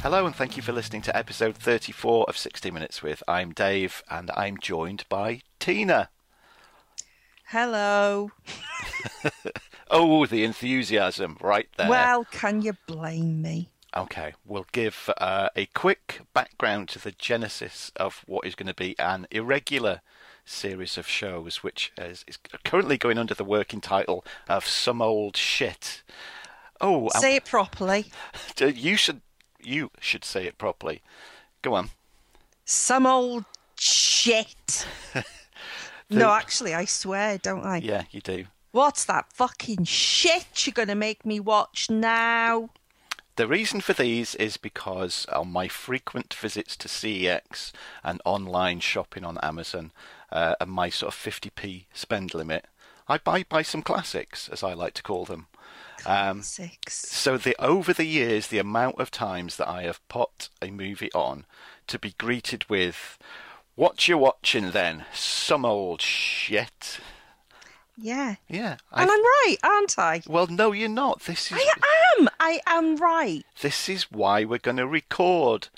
Hello, and thank you for listening to episode 34 of 60 Minutes with. I'm Dave, and I'm joined by Tina. Hello. Oh, the enthusiasm right there. Well, can you blame me? Okay, we'll give uh, a quick background to the genesis of what is going to be an irregular series of shows, which is, is currently going under the working title of Some Old Shit. Oh, and- Say it properly. you should you should say it properly. Go on. Some old shit. no, actually, I swear, don't I? Yeah, you do. What's that fucking shit you're going to make me watch now? The reason for these is because on my frequent visits to CEX and online shopping on Amazon uh, and my sort of 50p spend limit, I buy buy some classics, as I like to call them. Um, Six. so the over the years, the amount of times that I have put a movie on to be greeted with, "What you watching then? Some old shit." Yeah. Yeah. And I, I'm right, aren't I? well, no, you're not. This is I am. I am right. this is why we're going to record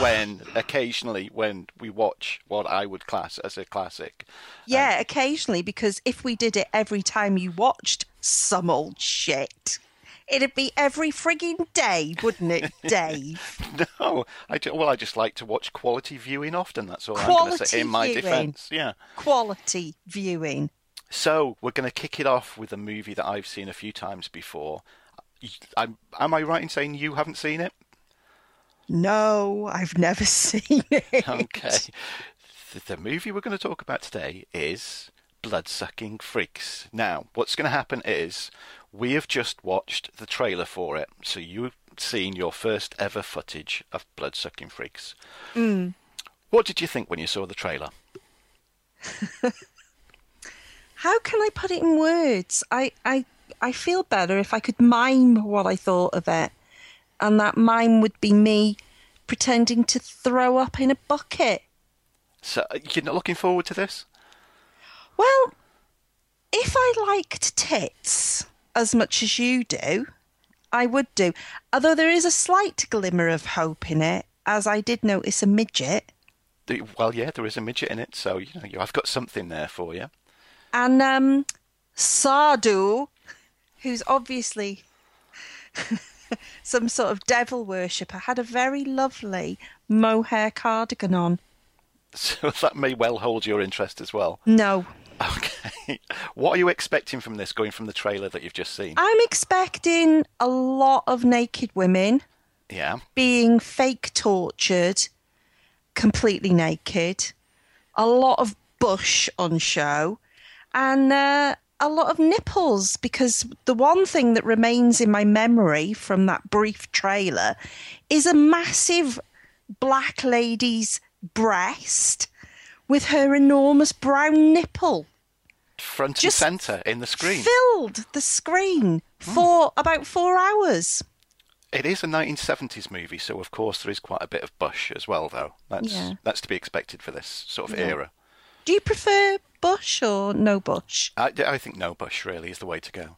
when occasionally when we watch what I would class as a classic. Yeah, Um, occasionally, because if we did it every time you watched some old shit, it'd be every frigging day, wouldn't it, Dave? No, I ju- well, I just like to watch quality viewing often. That's all I'm going to Quality say in my viewing. defence. Yeah. Quality viewing. So we're going to kick it off with a movie that I've seen a few times before. I'm, am I right in saying you haven't seen it? No, I've never seen it. Okay. The- The movie we're going to talk about today is Bloodsucking Freaks. Now, what's going to happen is we have just watched the trailer for it, so you've seen your first ever footage of Bloodsucking Freaks. What did you think when you saw the trailer? How can I put it in words? I, I, I feel better if I could mime what I thought of it. And that mime would be me pretending to throw up in a bucket. So uh, you're not looking forward to this? Well, if I liked tits as much as you do, I would do. Although there is a slight glimmer of hope in it, as I did notice a midget. The- Well, yeah, there is a midget in it, so you know you, I've got something there for you. And um, Sardu, who's obviously some sort of devil worshipper, had a very lovely mohair cardigan on. So that may well hold your interest as well. No, Okay. What are you expecting from this, going from the trailer that you've just seen? I'm expecting a lot of naked women. Yeah. being fake tortured, completely naked, a lot of bush on show, and uh, a lot of nipples. Because the one thing that remains in my memory from that brief trailer is a massive black lady's breast with her enormous brown nipple front Just and center in the screen. filled the screen for about four hours. It is a 1970s movie, so of course there is quite a bit of bush as well, though. That's Yeah. that's to be expected for this sort of era. Do you prefer bush or no bush? I, I think no bush really is the way to go.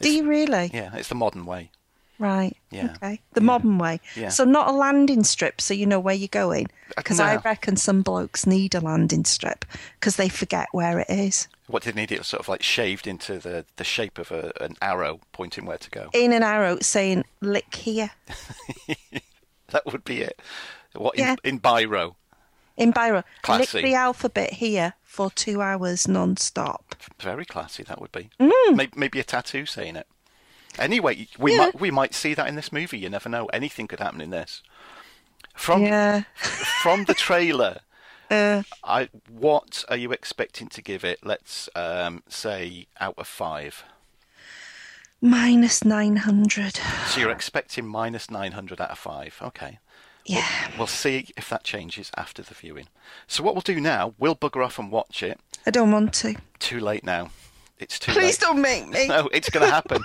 Do you really? Yeah, it's the modern way. Right. Yeah. Okay. The modern way. Yeah. Uh, So not a landing strip, so you know where you're going. Because I No. reckon some blokes need a landing strip because they forget where it is. What they need it sort of like shaved into the, the shape of a, an arrow pointing where to go. In an arrow saying "lick here" That would be it. What in, Yeah. in biro in Byron. Lick Classy. the alphabet here for two hours non-stop. Very classy that would be. Maybe, maybe a tattoo saying it. Anyway, we Mm. Yeah. might we might see that in this movie. You never know. Anything could happen in this. From Yeah. from the trailer, Uh. I what are you expecting to give it? Let's um, say out of five. Minus nine hundred. So you're expecting minus nine hundred out of five. Okay, Yeah. we'll see if that changes after the viewing. So what we'll do now, we'll bugger off and watch it. I don't want to. Too late now. It's too late. Please don't make me. No, it's going to happen.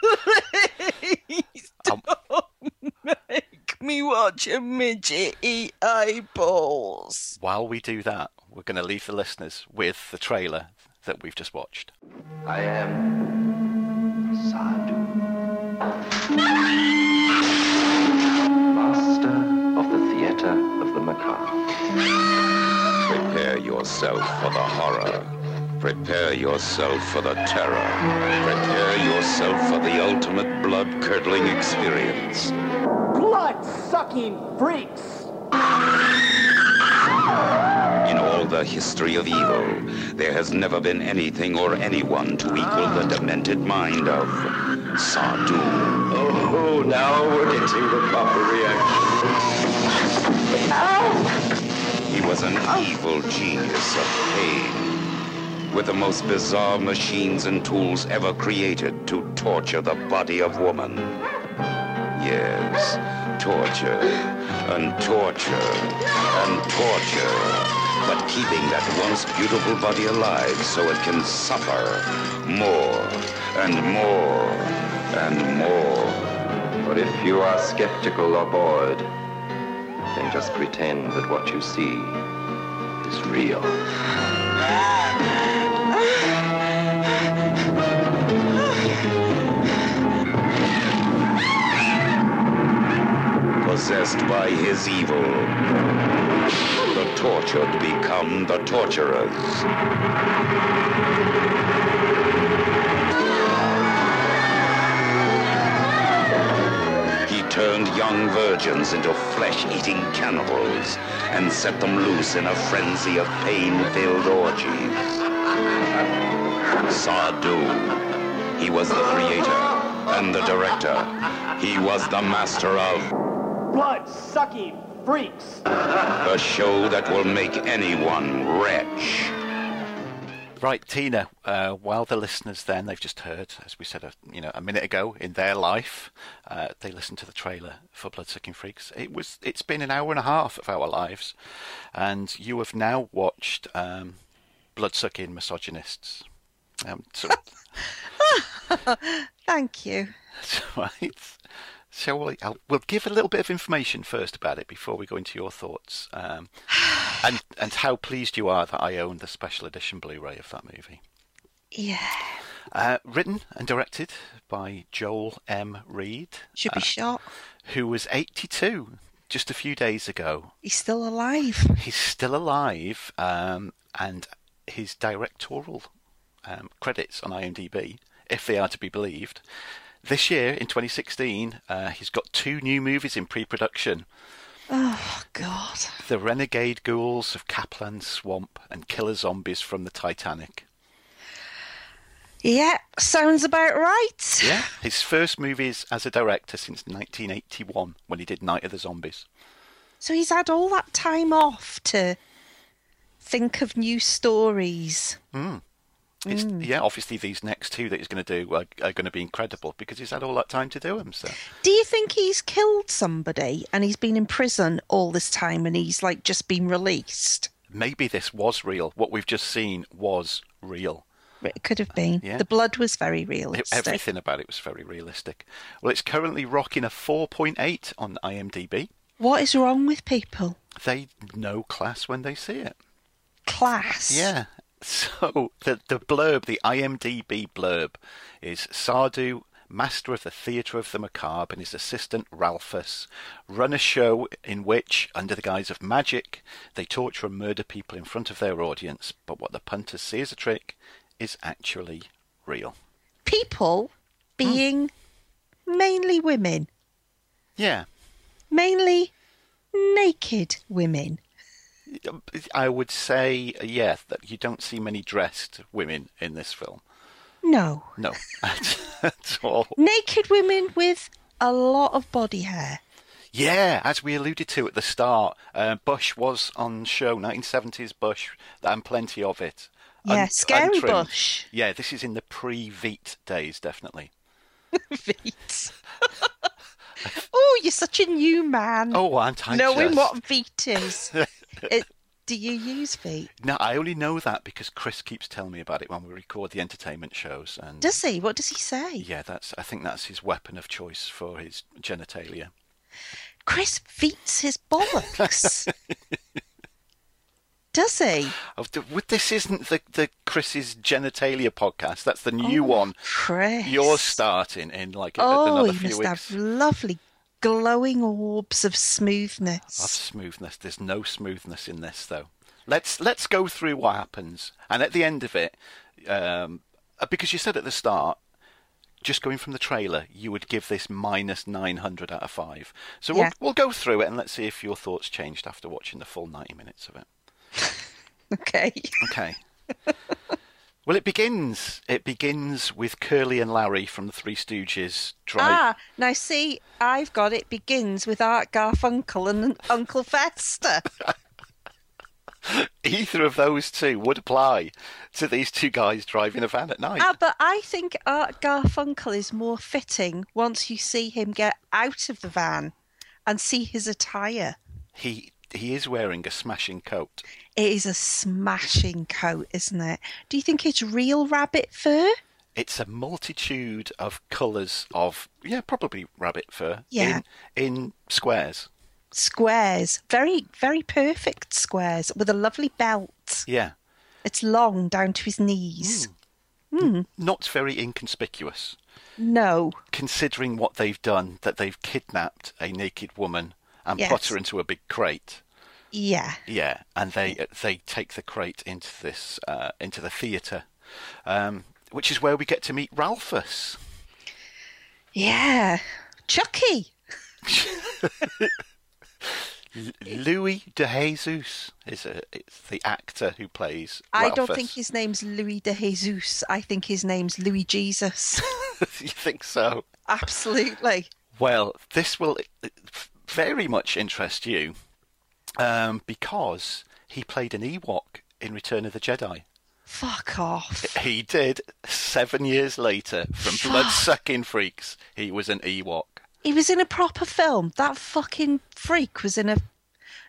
Make me watch a midget eat eyeballs. While we do that, we're going to leave the listeners with the trailer that we've just watched. I am Sadu, master of the theater of the macabre. Prepare yourself for the horror. Prepare yourself for the terror. Prepare yourself for the ultimate blood-curdling experience. blood-sucking freaks. In all the history of evil, there has never been anything or anyone to equal the demented mind of Sardu. Oh, now we're getting the proper reaction. He was an evil genius of pain, with the most bizarre machines and tools ever created to torture the body of woman. Yes, torture and torture and torture, but keeping that once beautiful body alive so it can suffer more and more and more. But if you are skeptical or bored, then just pretend that what you see is real. Possessed by his evil, the tortured become the torturers. He turned young virgins into flesh-eating cannibals and set them loose in a frenzy of pain-filled orgies. Sardu. He was the creator and the director. He was the master of Blood-sucking freaks. the show that will make anyone wretch. Right, Tina. Uh, while the listeners then they've just heard, as we said, a, you know, a minute ago in their life, uh, they listened to the trailer for Bloodsucking Freaks. It was it's been an hour and a half of our lives, and you have now watched um, Bloodsucking Misogynists. Um, so, Thank you. so, right. So we'll, I'll, we'll give a little bit of information first about it before we go into your thoughts, um, and and how pleased you are that I own the special edition Blu-ray of that movie. Yeah. Uh, written and directed by Joel M. Reed, Should be Uh. shot. who was 82 just a few days ago. He's still alive. He's still alive, um, and his directorial um, credits on IMDb, if they are to be believed, this year in 2016, uh, he's got two new movies in pre production Oh God. The Renegade Ghouls of Kaplan Swamp and Killer Zombies from the Titanic. Yeah, sounds about right. Yeah, his first movies as a director since 1981 when he did Night of the Zombies. So he's had all that time off to think of new stories. It's, Yeah, obviously these next two that he's going to do are, are going to be incredible because he's had all that time to do them. So Do you think he's killed somebody and he's been in prison all this time and he's like just been released? maybe this was real. What we've just seen was real. It could have been. Yeah. The blood was very It- realistic. everything about it was very realistic. Well, it's currently rocking a 4.8 on IMDb. What is wrong with people? They know class when they see it. Class. Yeah. So the the blurb, the IMDb blurb, is Sardu, master of the theatre of the macabre, and his assistant Ralphus run a show in which, under the guise of magic, they torture and murder people in front of their audience. But what the punters see as a trick is actually real. Hmm. People being mainly women, Yeah, mainly naked women. I would say yeah that you don't see many dressed women in this film. No. No, at all. Naked women with a lot of body hair. Yeah, as we alluded to at the start, uh, Bush was on show, 1970s Bush, and plenty of it. Yeah, Un- scary untrimmed. Bush. Yeah, this is in the pre-Veet days, definitely. Veet. oh, you're such a new man. Oh, aren't I knowing just- what Veet is. it, do you use Veet? No, I only know that because Chris keeps telling me about it when we record the entertainment shows. And Does he? What does he say? yeah, that's I think that's his weapon of choice for his genitalia. Chris Veets his bollocks. does he? Oh, th- well, this isn't the, the Chris's genitalia podcast. That's the new one Chris. you're starting in like a- Oh, another he few must weeks. have lovely glowing orbs of smoothness. Of smoothness. There's no smoothness in this though. Let's let's go through what happens, and at the end of it, um, uh, because you said at the start, just going from the trailer, you would give this minus nine hundred out of five. So we'll Yeah. we'll go through it and let's see if your thoughts changed after watching the full ninety minutes of it. Okay. Okay. well, it begins. It begins with Curly and Larry from the Three Stooges. Dri- Ah, now see, I've got it begins with Art Garfunkel and Uncle Fester. Either of those two would apply to these two guys driving a van at night. ah, but I think Art Garfunkel is more fitting once you see him get out of the van and see his attire. He he is wearing a smashing coat. It is a smashing coat, isn't it? Do you think it's real rabbit fur? It's a multitude of colours of yeah, probably rabbit fur. Yeah. In, in squares. Squares, very, very perfect squares with a lovely belt. Yeah. It's long down to his knees. Not very inconspicuous, No, considering what they've done, that they've kidnapped a naked woman and Yes. put her into a big crate. yeah, Yeah, and they they take the crate into this uh, into the theatre, um, which is where we get to meet Ralphus. yeah. Chucky. L- Louis de Jesus is a, it's the actor who plays. I don't think Ralphus. his name's Louis de Jesus. I think his name's Louis Jesus. you think so. Absolutely. Well, this will uh, very much interest you um, because he played an Ewok in Return of the Jedi. Fuck off. He did seven years later from Blood Sucking Freaks. He was an Ewok. He was in a proper film. That fucking freak was in a.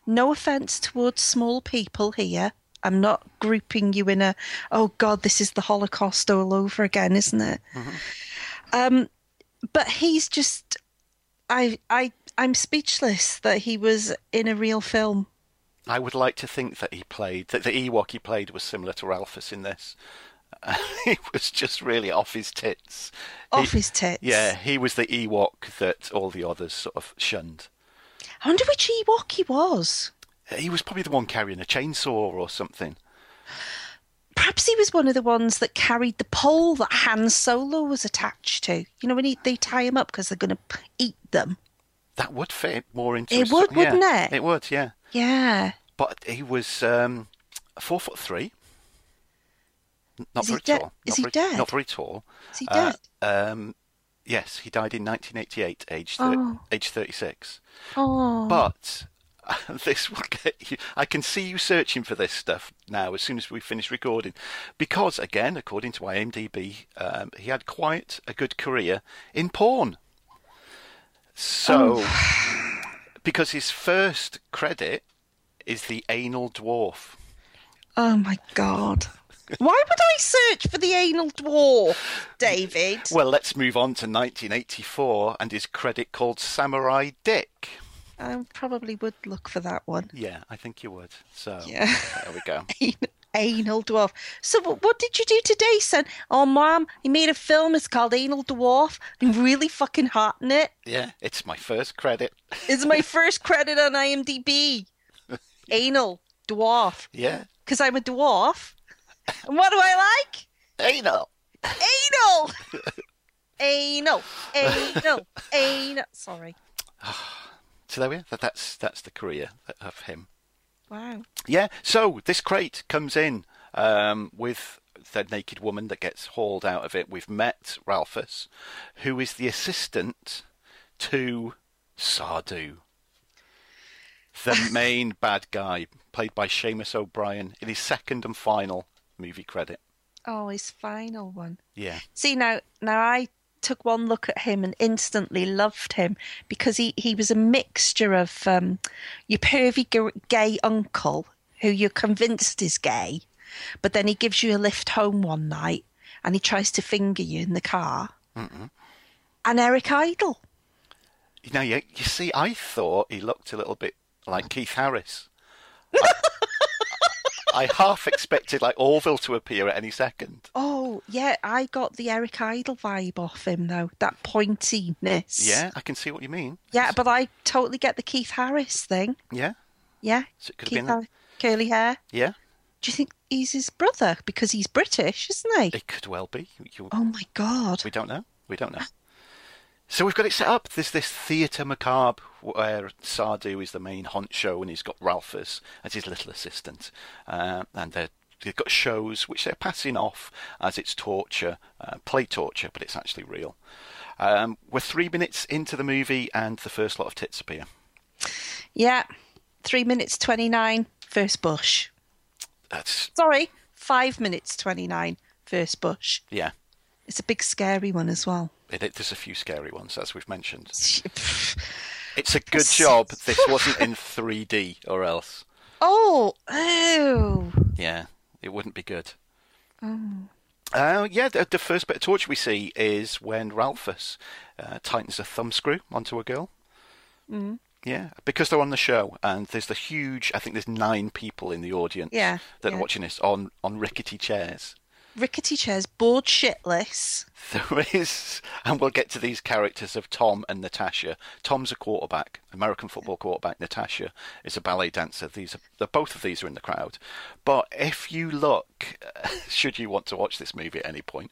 No offence towards small people here. I'm not grouping you in a. Oh God, this is the Holocaust all over again, isn't it? Mm-hmm. Um, but he's just. I I I'm speechless that he was in a real film. I would like to think that he played that the Ewok he played was similar to Ralphus in this. he was just really off his tits. Off He- his tits. Yeah, he was the Ewok that all the others sort of shunned. I wonder which Ewok he was. He was probably the one carrying a chainsaw or something. Perhaps he was one of the ones that carried the pole that Han Solo was attached to. You know, when he, they tie him up because they're going to eat them. That would fit more into It his- would, yeah, wouldn't it? It would, yeah. Yeah. But he was um, four foot three. N- Not Is he very de- tall. is not he very, dead? Not very tall. Is he Uh, dead? um, yes, he died in 1988, age thir- Oh. age 36. oh. But this will get you. I can see you searching for this stuff now as soon as we finish recording, because again, according to IMDb, um, he had quite a good career in porn. So, Oh. because his first credit is the anal dwarf. oh my God. Why would I search for the anal dwarf, David? Well, let's move on to 1984 and his credit called Samurai Dick. I probably would look for that one. Yeah, I think you would. So, Yeah. there we go. Anal dwarf. So, what, what did you do today, son? Oh, mom, he made a film. It's called Anal Dwarf. I'm really fucking hot in it. Yeah, it's my first credit. It's my first credit on IMDb. Anal dwarf. Yeah, Because I'm a dwarf. And what do I like? anal. Anal. Anal. Anal. Anal. Sorry. So there we are. That, that's that's the career of him. Wow. Yeah. So this crate comes in um, with the naked woman that gets hauled out of it. We've met Ralphus, who is the assistant to Sardu, the main bad guy, played by Seamus O'Brien in his second and final movie credit. Oh, his final one. Yeah. See now, now I took one look at him and instantly loved him because he he was a mixture of um, your pervy g- gay uncle who you're convinced is gay, but then he gives you a lift home one night and he tries to finger you in the car, and Eric Idle. Now you, you see, I thought he looked a little bit like Keith Harris. I, I half expected like Orville to appear at any second. Oh, yeah, I got the Eric Idle vibe off him, though. That pointiness. Yeah, I can see what you mean. Yeah, but I totally get the Keith Harris thing. Yeah, Yeah. So it could have Keith been that. Harris, curly hair. yeah. Do you think he's his brother? Because he's British, isn't he? It could well be. You, Oh, my God. We don't know. We don't know. So we've got it set up. There's this theatre macabre where Sardu is the main honcho and he's got Ralphus as his little assistant. Uh, and they're, they've got shows which they're passing off as it's torture, uh, play torture, but it's actually real. Um, we're three minutes into the movie and the first lot of tits appear. Yeah. Three minutes 29, first bush. That's, Sorry, five minutes 29, first bush. yeah. It's a big, scary one as well. It, it- there's a few scary ones, as we've mentioned. oh, It's a good job this wasn't in 3D, or else. oh. Yeah, it wouldn't be good. Mm. Uh, yeah, the, the first bit of torture we see is when Ralphus uh, tightens a thumb screw onto a girl. Mm. Yeah, because they're on the show, and there's the huge. I think there's nine people in the audience. Yeah, that yeah. are watching this on on rickety chairs. Rickety chairs, bored shitless. There is, and we'll get to these characters of Tom and Natasha. Tom's a quarterback, American football quarterback. Natasha is a ballet dancer. These are the- both of these are in the crowd. But if you look, should you want to watch this movie at any point,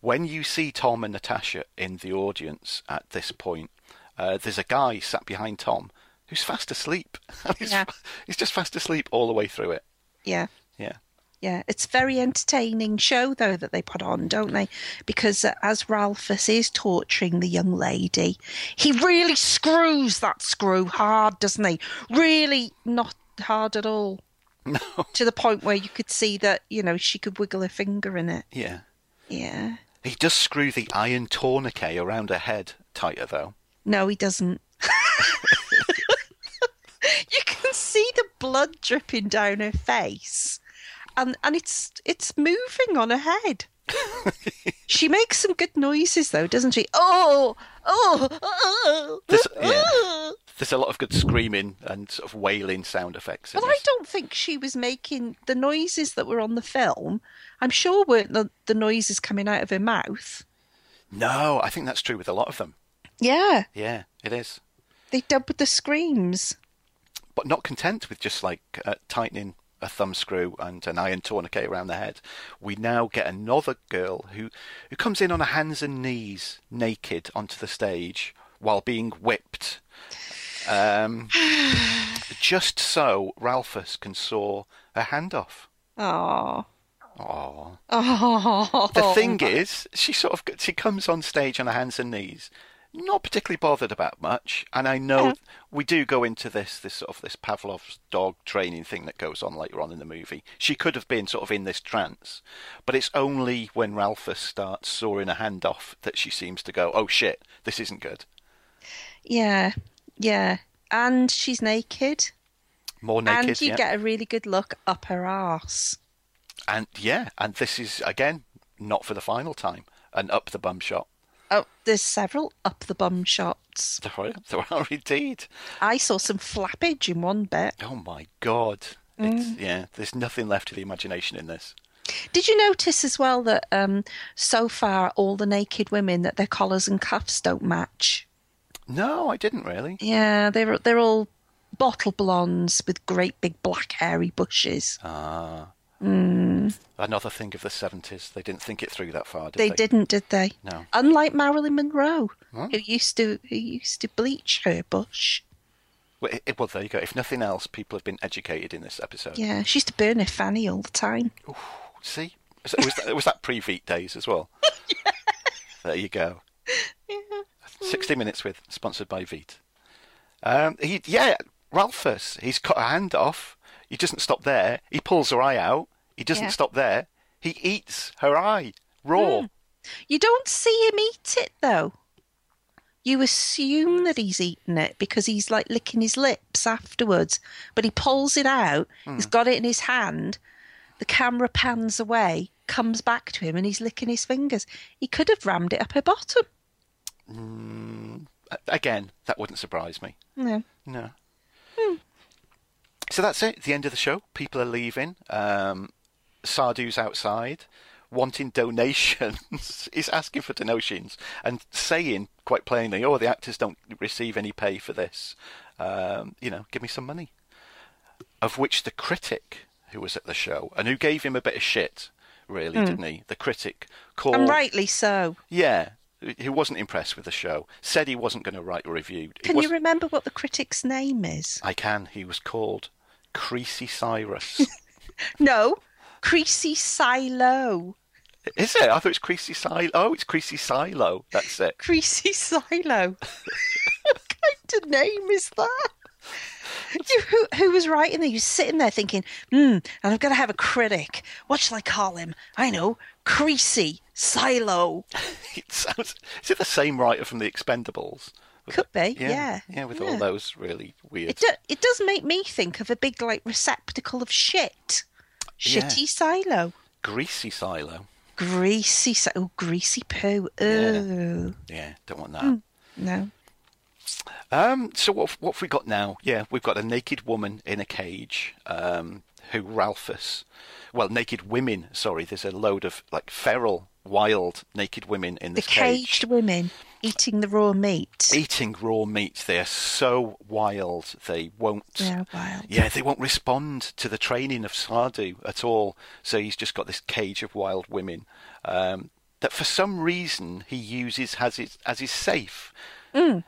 when you see Tom and Natasha in the audience at this point, uh, there's a guy sat behind Tom who's fast asleep. he's, Yeah. he's just fast asleep all the way through it. Yeah. Yeah. Yeah, it's a very entertaining show though that they put on, don't they? Because uh, as Ralphus is torturing the young lady, he really screws that screw hard, doesn't he? Really not hard at all. No. To the point where you could see that you know she could wiggle her finger in it. Yeah. Yeah. He does screw the iron tourniquet around her head tighter, though. No, he doesn't. you can see the blood dripping down her face, and and it's it's moving on her head. she makes some good noises though, doesn't she? Oh, oh, oh. This- yeah. oh. There's a lot of good screaming and sort of wailing sound effects. in Well, I this. don't think she was making the noises that were on the film. I'm sure weren't the, the noises coming out of her mouth. No, I think that's true with a lot of them. Yeah, Yeah, it is. they dubbed the screams. But not content with just like uh, tightening a thumb screw and an iron tourniquet around the head, we now get another girl who who comes in on her hands and knees, naked, onto the stage while being whipped. Um, just so Ralphus can saw her hand off. Oh, Aww. oh. The thing is, she sort of she comes on stage on her hands and knees, not particularly bothered about much. And I know we do go into this this sort of this Pavlov's dog training thing that goes on later on in the movie. She could have been sort of in this trance, but it's only when Ralphus starts sawing a hand off that she seems to go, "Oh shit, this isn't good." Yeah, yeah. And she's naked. More naked, and you yeah. get a really good look up her arse. and yeah, and this is again not for the final time. And up the bum shot. Oh, there's several up the bum shots. There are, there are indeed. I saw some flappage in one bit. Oh my god. It's, yeah, there's nothing left to the imagination in this. Did you notice as well that um, so far all the naked women that their collars and cuffs don't match? No, I didn't really. Yeah, they're they're all bottle blondes with great big black hairy bushes. Oh, Another thing of the 70s, they didn't think it through that far, did they? They didn't, did they? No. Unlike Marilyn Monroe, who used to who used to bleach her bush. Well, it- well, there you go. If nothing else, people have been educated in this episode. Yeah, she used to burn her fanny all the time. See? Was that, was that, was that pre-Veet days as well? There you go. 60 Minutes with, sponsored by Veet. Um, he, yeah, Ralphus, he's cut her hand off. He doesn't stop there. He pulls her eye out. He doesn't Yeah. stop there. He eats her eye, raw. You don't see him eat it though. You assume that he's eaten it because he's like licking his lips afterwards, but he pulls it out. He's got it in his hand. The camera pans away, comes back to him, and he's licking his fingers. He could have rammed it up her bottom. Again, that wouldn't surprise me. No. No. So that's it. The end of the show. People are leaving. Um, Sardu's outside, wanting donations. He's asking for donations and saying quite plainly, "Oh, the actors don't receive any pay for this. Um, you know, give me some money." Of which the critic who was at the show and who gave him a bit of shit, really, didn't he? The critic called. And rightly so. Yeah. Who wasn't impressed with the show said he wasn't going to write a review. He Can you wasn't- remember what the critic's name is? I can. He was called Creasy Cyrus. No, Creasy Silo. Is it? I thought it's Creasy Silo. Oh, it's Creasy Silo. That's it. Creasy Silo. what kind of name is that? You, who, who was writing there? You're sitting there thinking, hmm, and I've got to have a critic. What shall I call him? I know, Creasy Silo. It sounds. Is it the same writer from The Expendables? Was Could it- be, Yeah, yeah. with Yeah. all those really weird. It, do, it does make me think of a big, like, receptacle of shit. Shitty Silo. Greasy Silo. Greasy, si- oh, greasy poo. Oh, Yeah, don't want that. no. Um, so what what have we got now? Yeah, we've got a naked woman in a cage. Um, who Ralphus? Well, naked women. Sorry, there's a load of like feral, wild, naked women in The this cage. caged women eating the raw meat. eating raw meat. They are so wild. They won't. They're wild. Yeah, they won't respond to the training of Sardu at all. So he's just got this cage of wild women um, that, for some reason, he uses as his as his safe.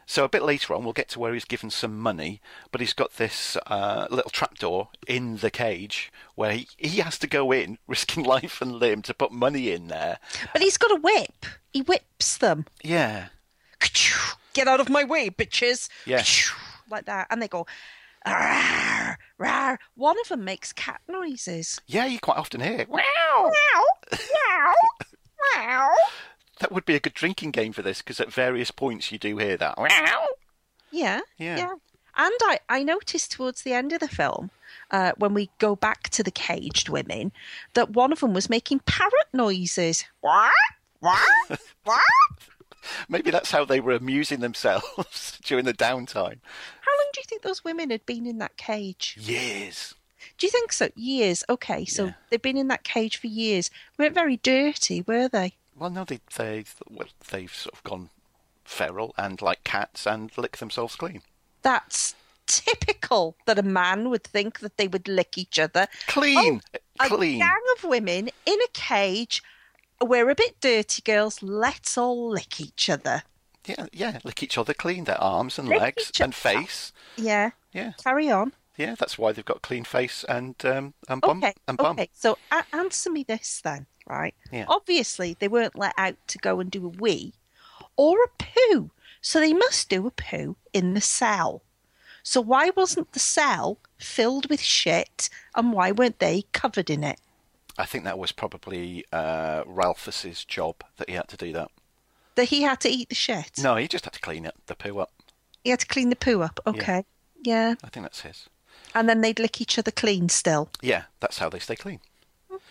So a bit later on, we'll get to where he's given some money, but he's got this uh, little trapdoor in the cage where he, he has to go in, risking life and limb, to put money in there. But he's got a whip. He whips them. Yeah, Ka-choo! Get out of my way, bitches. Yeah. Ka-choo! Like that. And they go, rawr, rawr. One of them makes cat noises. yeah, you quite often hear. Meow, meow, meow. That would be a good drinking game for this because at various points you do hear that. Yeah, Yeah. And I, I noticed towards the end of the film, uh, when we go back to the caged women, that one of them was making parrot noises. What? What? What? Maybe that's how they were amusing themselves during the downtime. How long do you think those women had been in that cage? Years. Do you think so? Years. Okay, so Yeah. they've been in that cage for years. weren't very dirty, were they? Well, no, they they well, they've sort of gone feral and like cats and lick themselves clean. That's typical that a man would think that they would lick each other. Clean, Oh, A clean. gang of women in a cage. We're a bit dirty, girls. Let's all lick each other. Yeah, yeah, lick each other clean. Their arms and Lick legs each and other. face. Yeah. Yeah, Carry on. yeah. That's why they've got clean face and um and bum Okay. and bum. Okay. So a- answer me this then, right? Yeah. Obviously, they weren't let out to go and do a wee or a poo, so they must do a poo in the cell. So why wasn't the cell filled with shit, and why weren't they covered in it? I think that was probably uh, Ralphus's job that he had to do that. That he had to eat the shit. No, he just had to clean it, the poo up. He had to clean the poo up. Okay. Yeah. I think that's his. And then they'd lick each other clean still. Yeah, that's how they stay clean.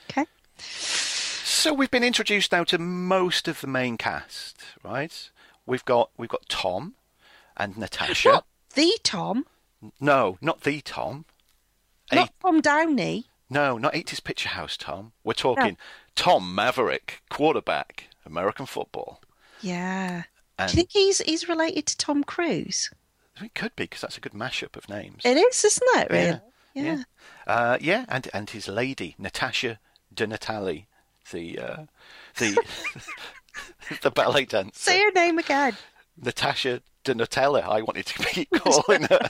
Okay. So we've been introduced now to most of the main cast, right? We've got we've got Tom and Natasha. Not the Tom, no, not the Tom. not Eight- Tom Downey. no, not 80s Picture House Tom. We're talking Tom Maverick, quarterback, American football. Yeah. And Do you think he's he's related to Tom Cruise? it could be because that's a good mashup of names. It is, isn't it? Really? Yeah, yeah. Uh, yeah, and and his lady Natasha De Natale, the uh, the the ballet dancer. Say her name again. Natasha De Nutella, I wanted to keep calling her.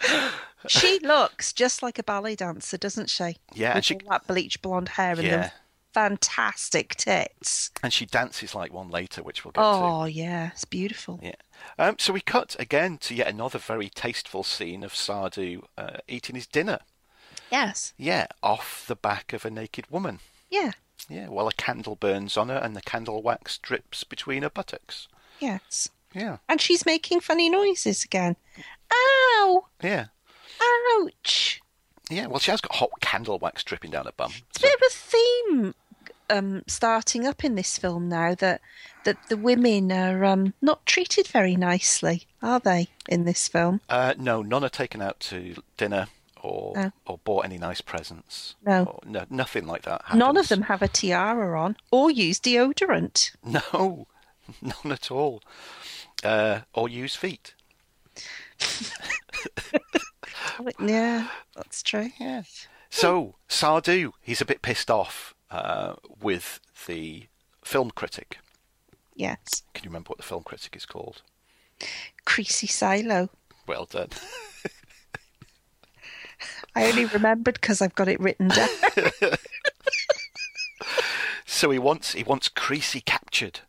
She looks just like a ballet dancer, doesn't she? Yeah, and With she- all that bleach blonde hair and Yeah. them fantastic tits. And she dances like one later, which we'll get Oh yeah, it's beautiful. to. Yeah. Um, so we cut again to yet another very tasteful scene of Sardu uh, eating his dinner. Yes. Yeah, off the back of a naked woman. Yeah. Yeah, while a candle burns on her and the candle wax drips between her buttocks. Yes. Yeah, And she's making funny noises again. Ow! yeah. Ouch! Yeah, well, she has got hot candle wax dripping down her bum. It's a bit of a theme um, starting up in this film now that that the women are um, not treated very nicely, are they? In this film, Uh, no, none are taken out to dinner or No. or bought any nice presents. No. Or- no, nothing like that. none of happens. them have a tiara on or use deodorant. No, none at all. Uh, or use feet. Yeah, that's true. Yeah. So Sardu, he's a bit pissed off uh, with the film critic. Yes, Can you remember what the film critic is called? creasy silo. Well done. I only remembered because I've got it written down. Uh, so he wants he wants Creasy captured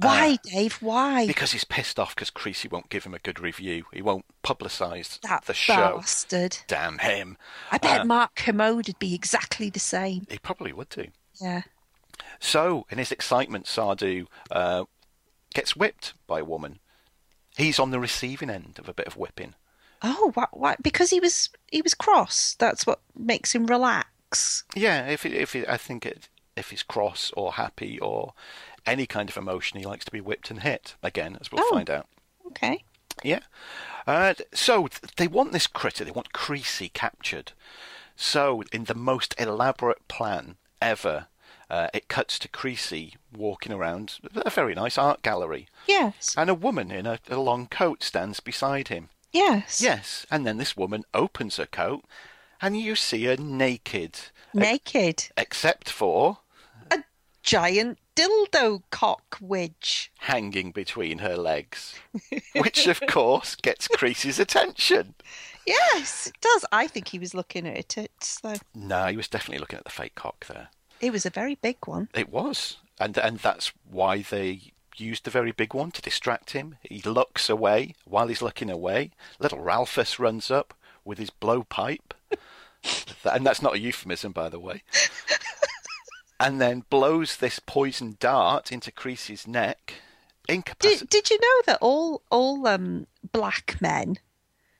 Why, Dave? Why? because he's pissed off because Creasy won't give him a good review. He won't publicise That the show. Uh, bastard. Damn him. I bet Mark Kermode would be exactly the same. He probably would do. Yeah. So, in his excitement, Sardu uh, gets whipped by a woman. He's on the receiving end of a bit of whipping. Oh, why, why? Because he was he was cross. That's what makes him relax. Yeah, if he- if he- I think it, if he's cross or happy or any kind of emotion, he likes to be whipped and hit again, as we'll Oh. find out. Okay. Yeah. Uh, so th- they want this critter. They want Creasy captured. So in the most elaborate plan ever, uh, it cuts to Creasy walking around a very nice art gallery, Yes. and a woman in a, a long coat stands beside him. Yes. Yes, and then this woman opens her coat, and you see her naked, Naked. except for A giant dildo cock wedge. hanging between her legs, which of course gets Creasy's attention. Yes, it does. I think he was looking at it. It's though. No, he was definitely looking at the fake cock there. It was a very big one. It was, and and that's why they used the very big one to distract him. He looks away. While he's looking away, little Ralphus runs up with his blowpipe, and that's not a euphemism, by the way. And then blows this poison dart into Creasy's neck, incapacitating. Did, did you know that all all um black men,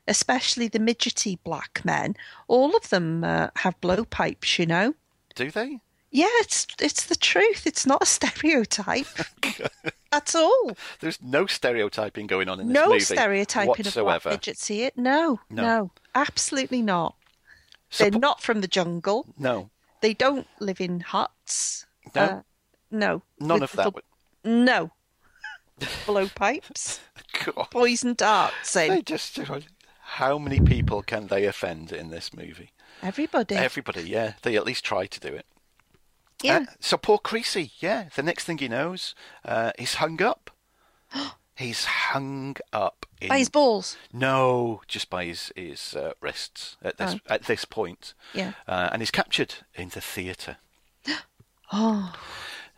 especially the midgety black men, all of them uh, have blowpipes, you know? Do they? Yeah, it's it's the truth. It's not a stereotype at all. There's no stereotyping going on in this No movie stereotyping of whatsoever. black midgets here. No, No. no, absolutely not. Suppo- They're not from the jungle. No, They don't live in huts. Uh, No. no. none With of that. little- would No. Blowpipes, God, poison darts, they in just. How many people can they offend in this movie? everybody. Everybody, yeah. They at least try to do it. yeah. Uh, so poor Creasy, yeah. The next thing he knows, uh, he's hung up. he's hung up. In... By his balls. No, just by his his uh, wrists at this Oh. at this point. Yeah. Uh, and he's captured in the theatre. Oh,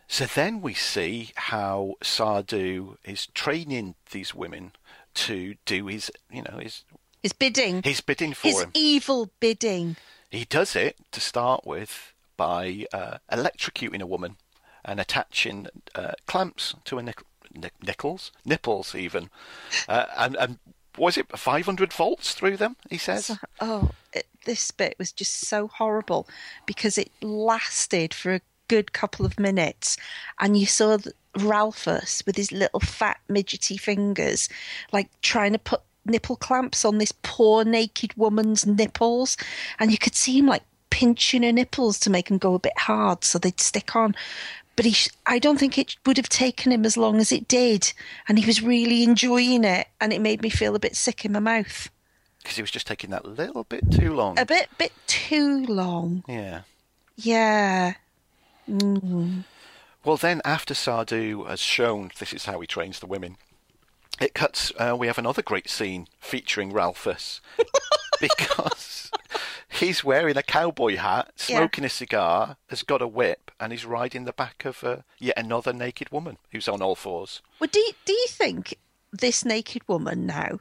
So then we see how Sardu is training these women to do his, you know, his his bidding. his bidding for His him. evil bidding. He does it to start with by uh, electrocuting a woman and attaching uh, clamps to her nick- nick- nickels, nipples even, uh, and and was it 500 volts through them? He says. Oh, it, this bit was just so horrible because it lasted for a good couple of minutes, and you saw th- Ralphus with his little fat midgety fingers, like trying to put nipple clamps on this poor naked woman's nipples, and you could see him like pinching her nipples to make them go a bit hard so they'd stick on. But he, sh- I don't think it would have taken him as long as it did, and he was really enjoying it, and it made me feel a bit sick in my mouth Because he was just taking that little bit too long. a bit bit too long. Yeah. Yeah. Well, then, after Sardu has shown this is how he trains the women, it cuts. Uh, we have another great scene featuring Ralphus because he's wearing a cowboy hat, Yeah. smoking a cigar, has got a whip, and he's riding the back of uh, yet another naked woman who's on all fours. Well, do you- do you think this naked woman now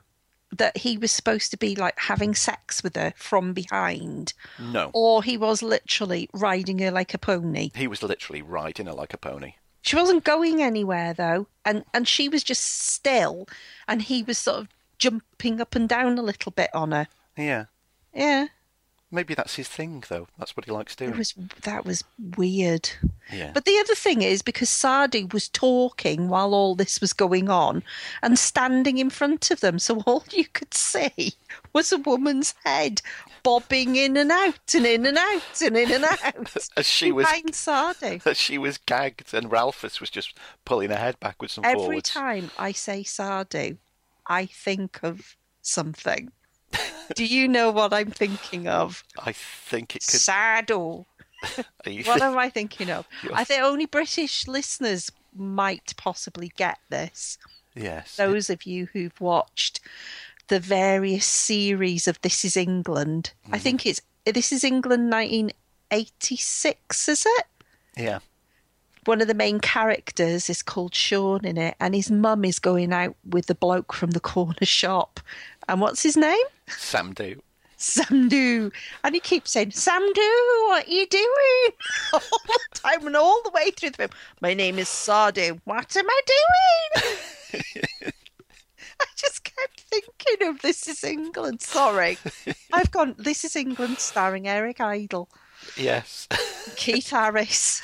that he was supposed to be like having sex with her from behind, No. or he was literally riding her like a pony? He was literally riding her like a pony. She wasn't going anywhere though, and and she was just still, and he was sort of jumping up and down a little bit on her. Yeah. Yeah. Maybe that's his thing, though. That's what he likes It doing. was that was weird. yeah. But the other thing is because Sadi was talking while all this was going on and standing in front of them, so all you could see was a woman's head bobbing in and out and in and out and in and out As she was- behind Sadi. she was gagged, and Ralphus was just pulling her head backwards and Every forwards. time I say Sadi, I think of something. Do you know what I'm thinking of? I think it could. Sado. be What am I thinking of? I think only British listeners might possibly get this. yes. Those of you who've watched the various series of This Is England, I think it's This Is England 1986, is it? Yeah. One of the main characters is called Sean in it, and his mum is going out with the bloke from the corner shop. And what's his name? Sam do. Samdu. And he keeps saying, Samdu, what are you doing? all the time and all the way through the film. My name is Sardu. What am I doing? I just kept thinking of This Is England. Sorry. I've gone, This Is England starring Eric Idle, Yes. Keith Harris.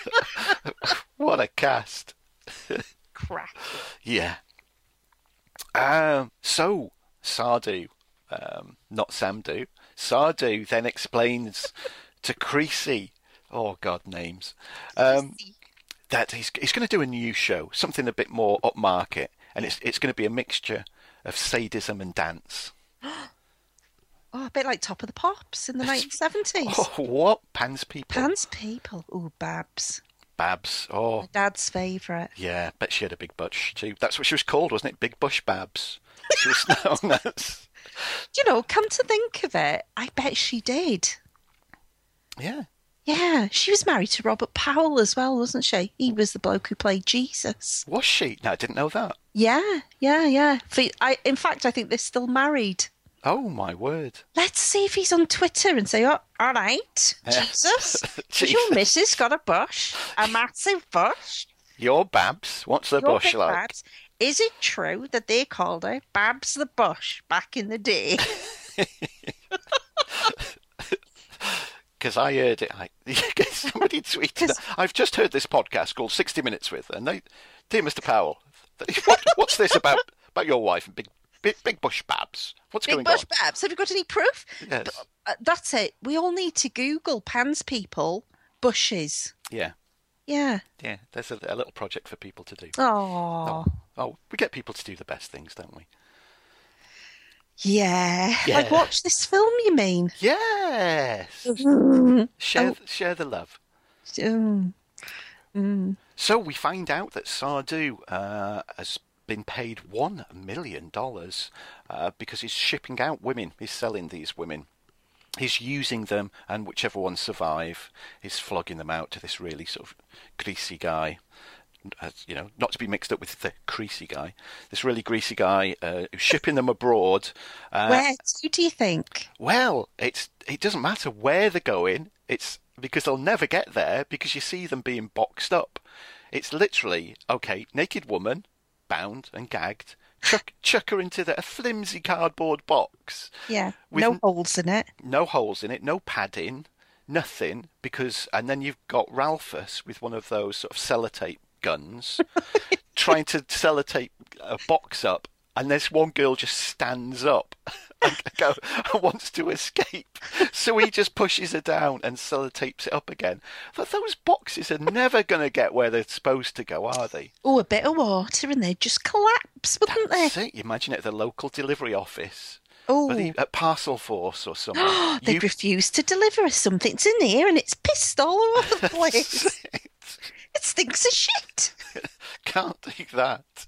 what a cast. Crack. Yeah. Um, so Sardu, um, not Samdu, Sardu then explains to Creasy, oh God, names, um, that he's he's going to do a new show, something a bit more upmarket, and it's it's going to be a mixture of sadism and dance. Oh, a bit like Top of the Pops in the 1970s. Oh, what pans people? Dance people. Ooh, Babs. Babs. Oh, My dad's favourite. yeah. Bet she had a big bush too. That's what she was called, wasn't it? Big Bush Babs. She was known as. Do you know, come to think of it, I bet she did. Yeah. Yeah, she was married to Robert Powell as well, wasn't she? He was the bloke who played Jesus. Was she? No, I didn't know that. Yeah, yeah, yeah. Fe- I, in fact, I think they're still married. Oh my word. Let's see if he's on Twitter and say, oh, all right, Yeah. Jesus, has your missus got a bush, a massive bush. Your Babs, what's the Your bush big like? Babs. Is it true that they called her Babs the Bush back in the day? Because I heard it. I, somebody tweeted. Because- that. I've just heard this podcast called 60 Minutes with, and they, dear Mr. Powell, what, what's this about about your wife and big big, big bush Babs? What's Big going Bush on? Babs, have you got any proof? Yes. Uh, that's it. We all need to Google pans people bushes. Yeah, Yeah. yeah. There's a, a little project for people to do. Oh. Oh, we get people to do the best things, don't we? Yeah. Yeah. Like watch this film. You mean? Yes. share share the love. Mm. So we find out that Sardu uh, has been paid one million dollars uh, because he's shipping out women. He's selling these women. He's using them, and whichever ones survive, he's flogging them out to this really sort of greasy guy. As, you know, not to be mixed up with the greasy guy. This really greasy guy uh, who's shipping them abroad. Uh, Where to, do you think? well, it's it doesn't matter where they're going. It's because they'll never get there because you see them being boxed up. It's literally okay, naked woman, bound and gagged, chuck chuck her into the, a flimsy cardboard box, Yeah. With- No holes in it. no holes in it, no padding, nothing. Because and then you've got Ralphus with one of those sort of sellotape guns, trying to sellotape a box up. And this one girl just stands up and, go, and wants to escape. So he just pushes her down and sellotapes it up again. But those boxes are never going to get where they're supposed to go, are they? Oh, a bit of water, and they'd just collapse, wouldn't they? See, you imagine it at the local delivery office, or Eh. Oh. the, at Parcel Force or something. They'd You- refuse to deliver us something. It's in here and it's pissed all over the place. it stinks of shit. Can't do that.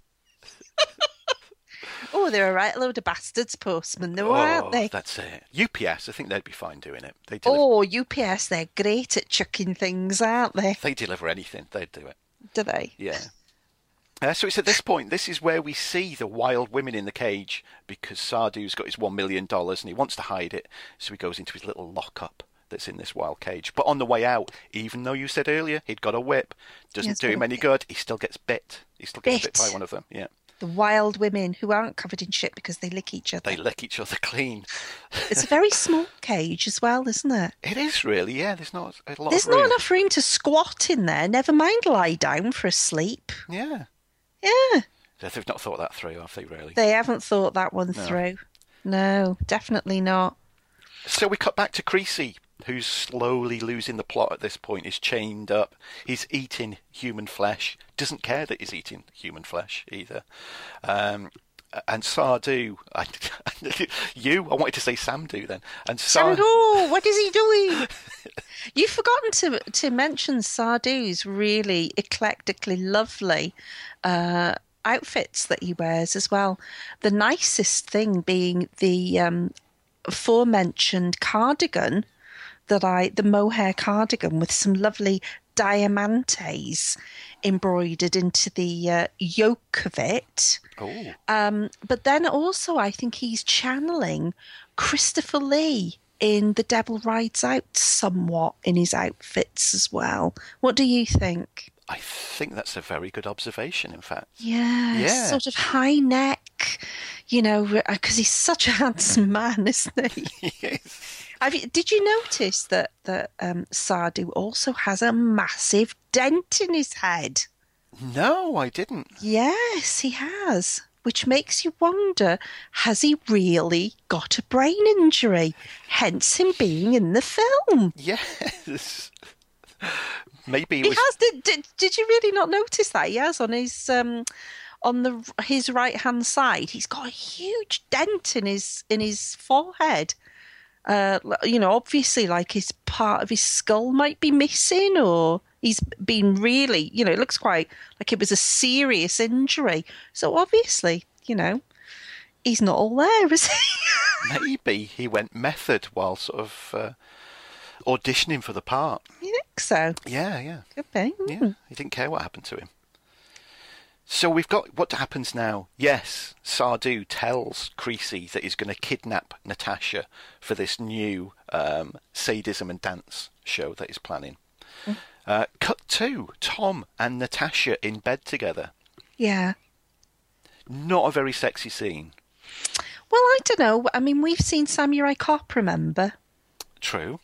Oh, they're a right load of bastards postmen, Oh, though, aren't they? That's it. UPS, I think they'd be fine doing it. They deliver, Oh, UPS, they're great at chucking things, aren't they? they deliver anything. They'd do it. Do they? Yeah. Uh, so it's at this point, this is where we see the wild women in the cage because Sardu's got his one million dollars and he wants to hide it, so he goes into his little lockup that's in this wild cage. But on the way out, even though you said earlier he'd got a whip, doesn't Yes, do got him a any whip. good. He still gets bit. He still gets bit. Bit. by one of them. Yeah. the wild women who aren't covered in shit because they lick each other. They lick each other clean. It's a very small cage as well, isn't it? It is really, yeah. There's not a lot. There's of room. not enough room to squat in there, never mind lie down for a sleep. Yeah, Yeah. they've not thought that through, have they? Really. They haven't thought that one through. No, definitely not. So we cut back to Creasy, who's slowly losing the plot at this point. He's chained up. He's eating human flesh. Doesn't care that he's eating human flesh either. Um, and Sardu, I, you, I wanted to say Samdu then. And Sar- Sandu, what is he doing? You've forgotten to to mention Sardu's really eclectically lovely uh, outfits that he wears as well. The nicest thing being the um, aforementioned cardigan that I the mohair cardigan with some lovely diamantes embroidered into the uh, yoke of it. Oh, Um, but then also, I think he's channeling Christopher Lee in The Devil Rides Out somewhat in his outfits as well. What do you think? I think that's a very good observation. In fact, Yeah, Yeah. sort of high neck, you know, because he's such a handsome man, isn't he? yes. Have you, did you notice that that um, Sardu also has a massive dent in his head? No, I didn't. Yes, he has. Which makes you wonder has he really got a brain injury? Hence him being in the film. Yes. Maybe it He was. has. Did, did, did you really not notice that? He has on his. Um, on the his right hand side, he's got a huge dent in his in his forehead. Uh, you know, obviously, like his part of his skull might be missing, or he's been really, you know, it looks quite like it was a serious injury. So obviously, you know, he's not all there, is he? Maybe he went method while sort of uh, auditioning for the part. you think so? Yeah, yeah. Could be. Yeah, he didn't care what happened to him. So we've got what happens now. Yes, Sardu tells Creasy that he's going to kidnap Natasha for this new um, sadism and dance show that he's planning. Hmm. Uh, cut to Tom and Natasha in bed together. Yeah. Not a very sexy scene. Well, I don't know. I mean, we've seen Samurai Cop, remember? True.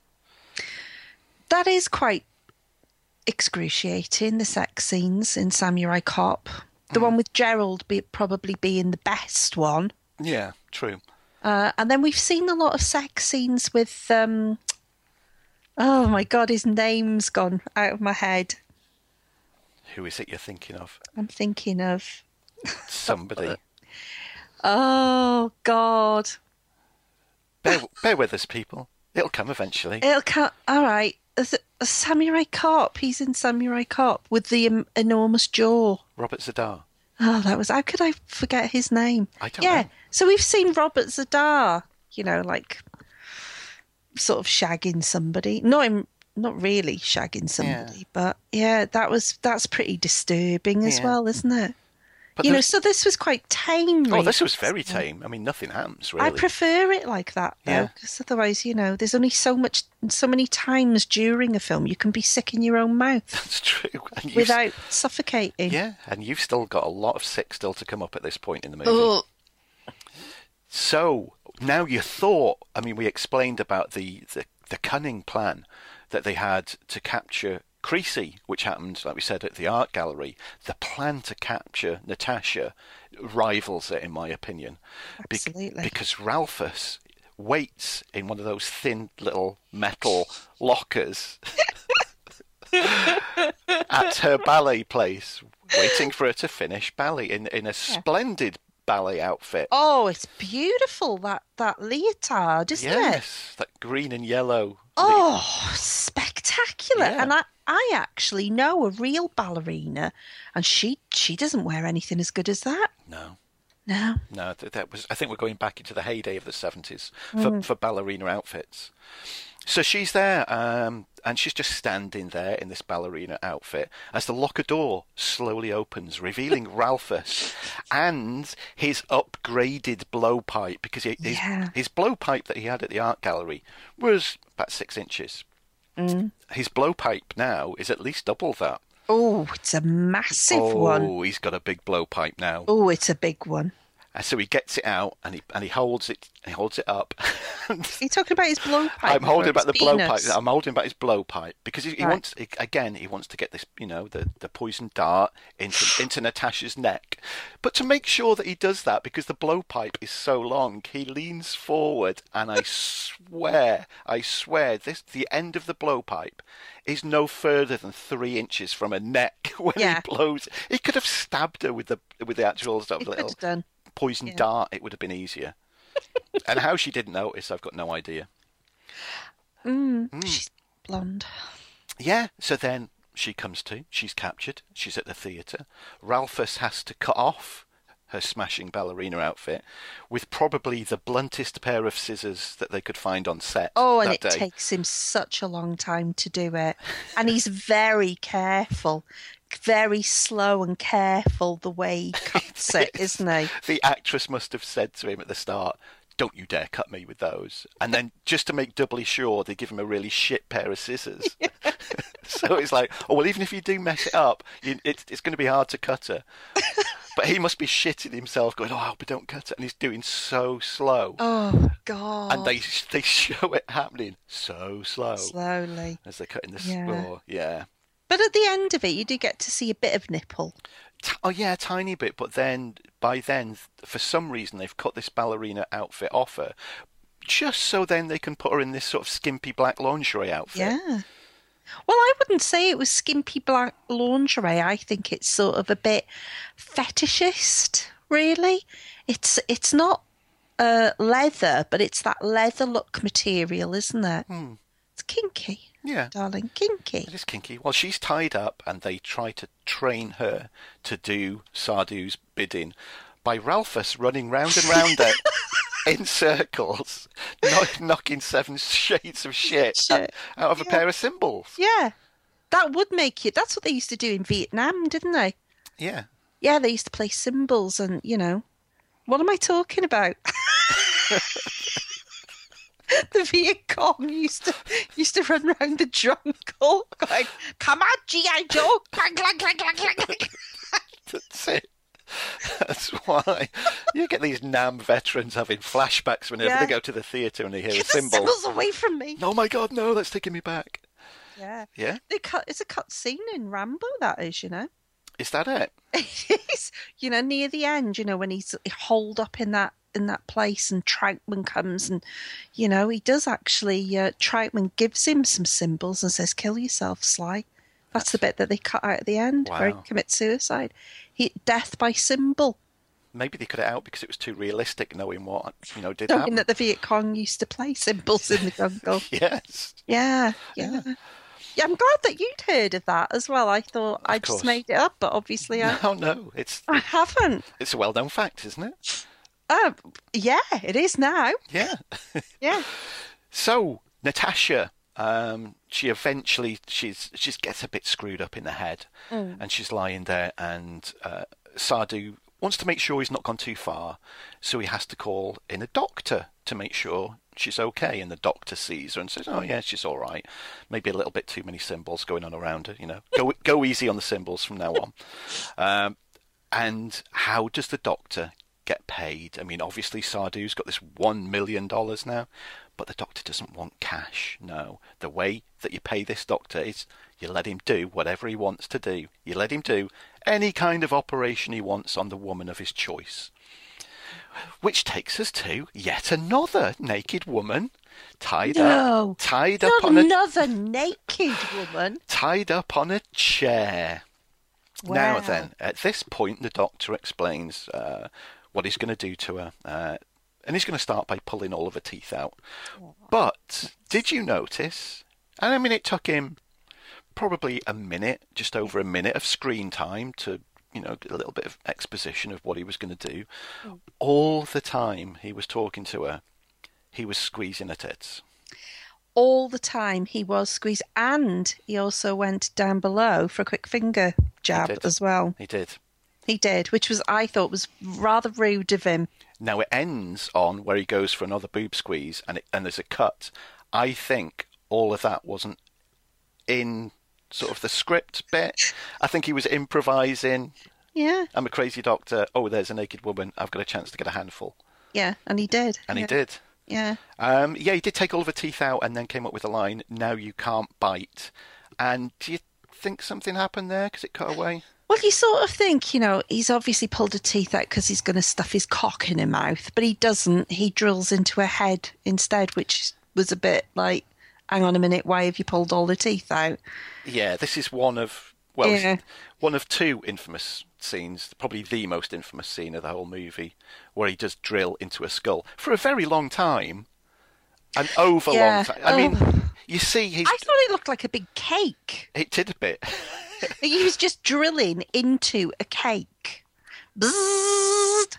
that is quite excruciating. The sex scenes in Samurai Cop, the one with Gerald, be, probably being the best one. Yeah, true. Uh, and then we've seen a lot of sex scenes with. Um, oh my god, his name's gone out of my head. Who is it you're thinking of? I'm thinking of. Somebody. Oh god, bear, bear with us, people. It'll come eventually. it'll come. All right, Th- Samurai Cop. He's in Samurai Cop with the um, enormous jaw. Robert Zadar. Oh, that was how could I forget his name? I don't yeah. know. So we've seen Robert Zadar, you know, like sort of shagging somebody. Not him not really shagging somebody, but yeah, that was that's pretty disturbing as Yeah. well, isn't it? But you know, there's- so this was quite tame. Oh, really. this was very tame. I mean, nothing happens really. Mm. I prefer it like that though, Yeah. because otherwise, you know, there's only so much, so many times during a film you can be sick in your own mouth That's true. And you've- without suffocating. yeah, and you've still got a lot of sick still to come up at this point in the movie. Ugh. So now you thought. I mean, we explained about the, the the cunning plan that they had to capture Creasy, which happened, like we said, at the art gallery. The plan to capture Natasha rivals it, in my opinion, Bec- Absolutely. because Ralphus waits in one of those thin little metal lockers at her ballet place, waiting for her to finish ballet in in a splendid ballet outfit. Oh, it's beautiful that that leotard, isn't it? Yes, that green and yellow. Oh, spectacular! Yeah. And I, I actually know a real ballerina, and she she doesn't wear anything as good as that. No, No, no, th- that was. I think we're going back into the heyday of the seventies for, Mm. for ballerina outfits. So she's there, um, and she's just standing there in this ballerina outfit as the locker door slowly opens, revealing Ralphus and his upgraded blowpipe because he, his, Yeah. his blowpipe that he had at the art gallery Mm. was about six inches. His blowpipe now is at least double that. Oh, it's a massive oh, one. he's got a big blowpipe now. Oh, it's a big one. And so he gets it out and he and he holds it he holds it up. Are you talking about his blowpipe? I'm holding or about the his penis? blowpipe. I'm holding about his blowpipe because he, he Right. wants he- again. He wants to get this, you know, the, the poison dart into into Natasha's neck. But to make sure that he does that, because the blowpipe is so long, he leans forward, and I swear, I swear, this the end of the blowpipe is no further than three inches from her neck when Yeah. he blows. He could have stabbed her with the with the actual sort He of could little have done. poison dart. It would have been easier. and how she didn't notice, I've got no idea. hmm. She's blonde. Yeah. So then she comes to. She's captured. She's at the theatre. Ralphus has to cut off her smashing ballerina outfit with probably the bluntest pair of scissors that they could find on set. Oh, and that it day. takes him such a long time to do it. And he's very careful, very slow and careful the way he cuts it, isn't he? The actress must have said to him at the start, "Don't you dare cut me with those." And then just to make doubly sure, they give him a really shit pair of scissors. so it's like, oh well, even if you do mess it up, you, it's it's going to be hard to cut her. but he must be shitting himself, going, "Oh, I hope I don't cut it," and he's doing so slow. Oh, God. And they they show it happening so slow Slowly. as they're cutting the Yeah. score. Yeah. But at the end of it, you do get to see a bit of nipple. T- Oh yeah, a tiny bit, but then by then, for some reason, they've cut this ballerina outfit off her, just so then they can put her in this sort of skimpy black lingerie outfit. Yeah. Well, I wouldn't say it was skimpy black lingerie. I think it's sort of a bit fetishist, really. It's it's not uh, leather, but it's that leather look material, isn't it? It's kinky, Hmm. yeah, darling, kinky. it is kinky. Well, she's tied up, and they try to train her to do Sardu's bidding by Ralphus running round and round her. In circles, kno- knocking seven shades of shit, Shit. out of a pair of cymbals. Yeah, that would make you. That's what they used to do in Vietnam, didn't they? Yeah. Yeah, they used to play cymbals, and you know, what am I talking about? the Viet Cong used to used to run round the drum corps going, "Come on, GI Joe!" Clang, clang, clang, clang, clang, clang." That's it. That's why you get these Nam veterans having flashbacks whenever Yeah. they go to the theatre and they hear Get a the cymbal. cymbals away from me. Oh my God, no! That's taking me back. Yeah, Yeah, they cut. It's a cut scene in Rambo. That is, you know, is that it? It's, you know, near the end, you know, when he's holed up in that in that place, and Troutman comes, and you know, he does actually. Uh, Troutman gives him some symbols and says, "Kill yourself, Sly." That's the bit that they cut out at the end where Wow. he commits suicide. He death by symbol, Maybe they cut it out because it was too realistic, knowing what you know did something happen. that the Viet Cong used to play symbols in the jungle. Yes. Yeah, yeah. Yeah, I'm glad that you'd heard of that as well. I thought I course. just made it up, but obviously I, Oh no, it's I haven't. it's a well-known fact, isn't it? Um, yeah, it is now. Yeah. Yeah. So Natasha, um, she eventually she's she just gets a bit screwed up in the head, and she's lying there, and uh, Sadu wants to make sure he's not gone too far, so he has to call in a doctor to make sure she's okay. And the doctor sees her and says, "Oh yeah, she's all right. Maybe a little bit too many symbols going on around her. You know, go go easy on the symbols from now on." Um, and how does the doctor get paid? I mean, obviously Sardu's got this one million dollars now, but the doctor doesn't want cash. No, the way that you pay this doctor is you let him do whatever he wants to do. You let him do any kind of operation he wants on the woman of his choice. Which takes us to yet another naked woman tied No. up, tied up Not on a another naked woman. tied up on a chair. Now Wow. then, at this point, the doctor explains uh, what he's going to do to her, uh, and he's going to start by pulling all of her teeth out. But did you notice? And I mean, it took him probably a minute, just over a minute of screen time to, you know, get a little bit of exposition of what he was going to do. All the time he was talking to her, he was squeezing her tits. All the time he was squeezed, and he also went down below for a quick finger jab did. as well. He did. He did, which was I thought was rather rude of him. Now it ends on where he goes for another boob squeeze, and it, and there's a cut. I think all of that wasn't in sort of the script bit. I think he was improvising. Yeah, I'm a crazy doctor. Oh, there's a naked woman. I've got a chance to get a handful, yeah, and he did. and yeah. he did. Yeah, Um, yeah, he did take all of her teeth out and then came up with a line, "Now you can't bite." And do you think something happened there because it cut away? Well, you sort of think, you know, he's obviously pulled her teeth out because he's going to stuff his cock in her mouth, but he doesn't. He drills into her head instead, which was a bit like, hang on a minute, why have you pulled all the teeth out? Yeah, this is one of well, Yeah. one of two infamous scenes, probably the most infamous scene of the whole movie, where he does drill into a skull for a very long time, an over Yeah. long time. I Oh. mean, you see, he's I thought it looked like a big cake. it did a bit. He was just drilling into a cake. Bzzzt.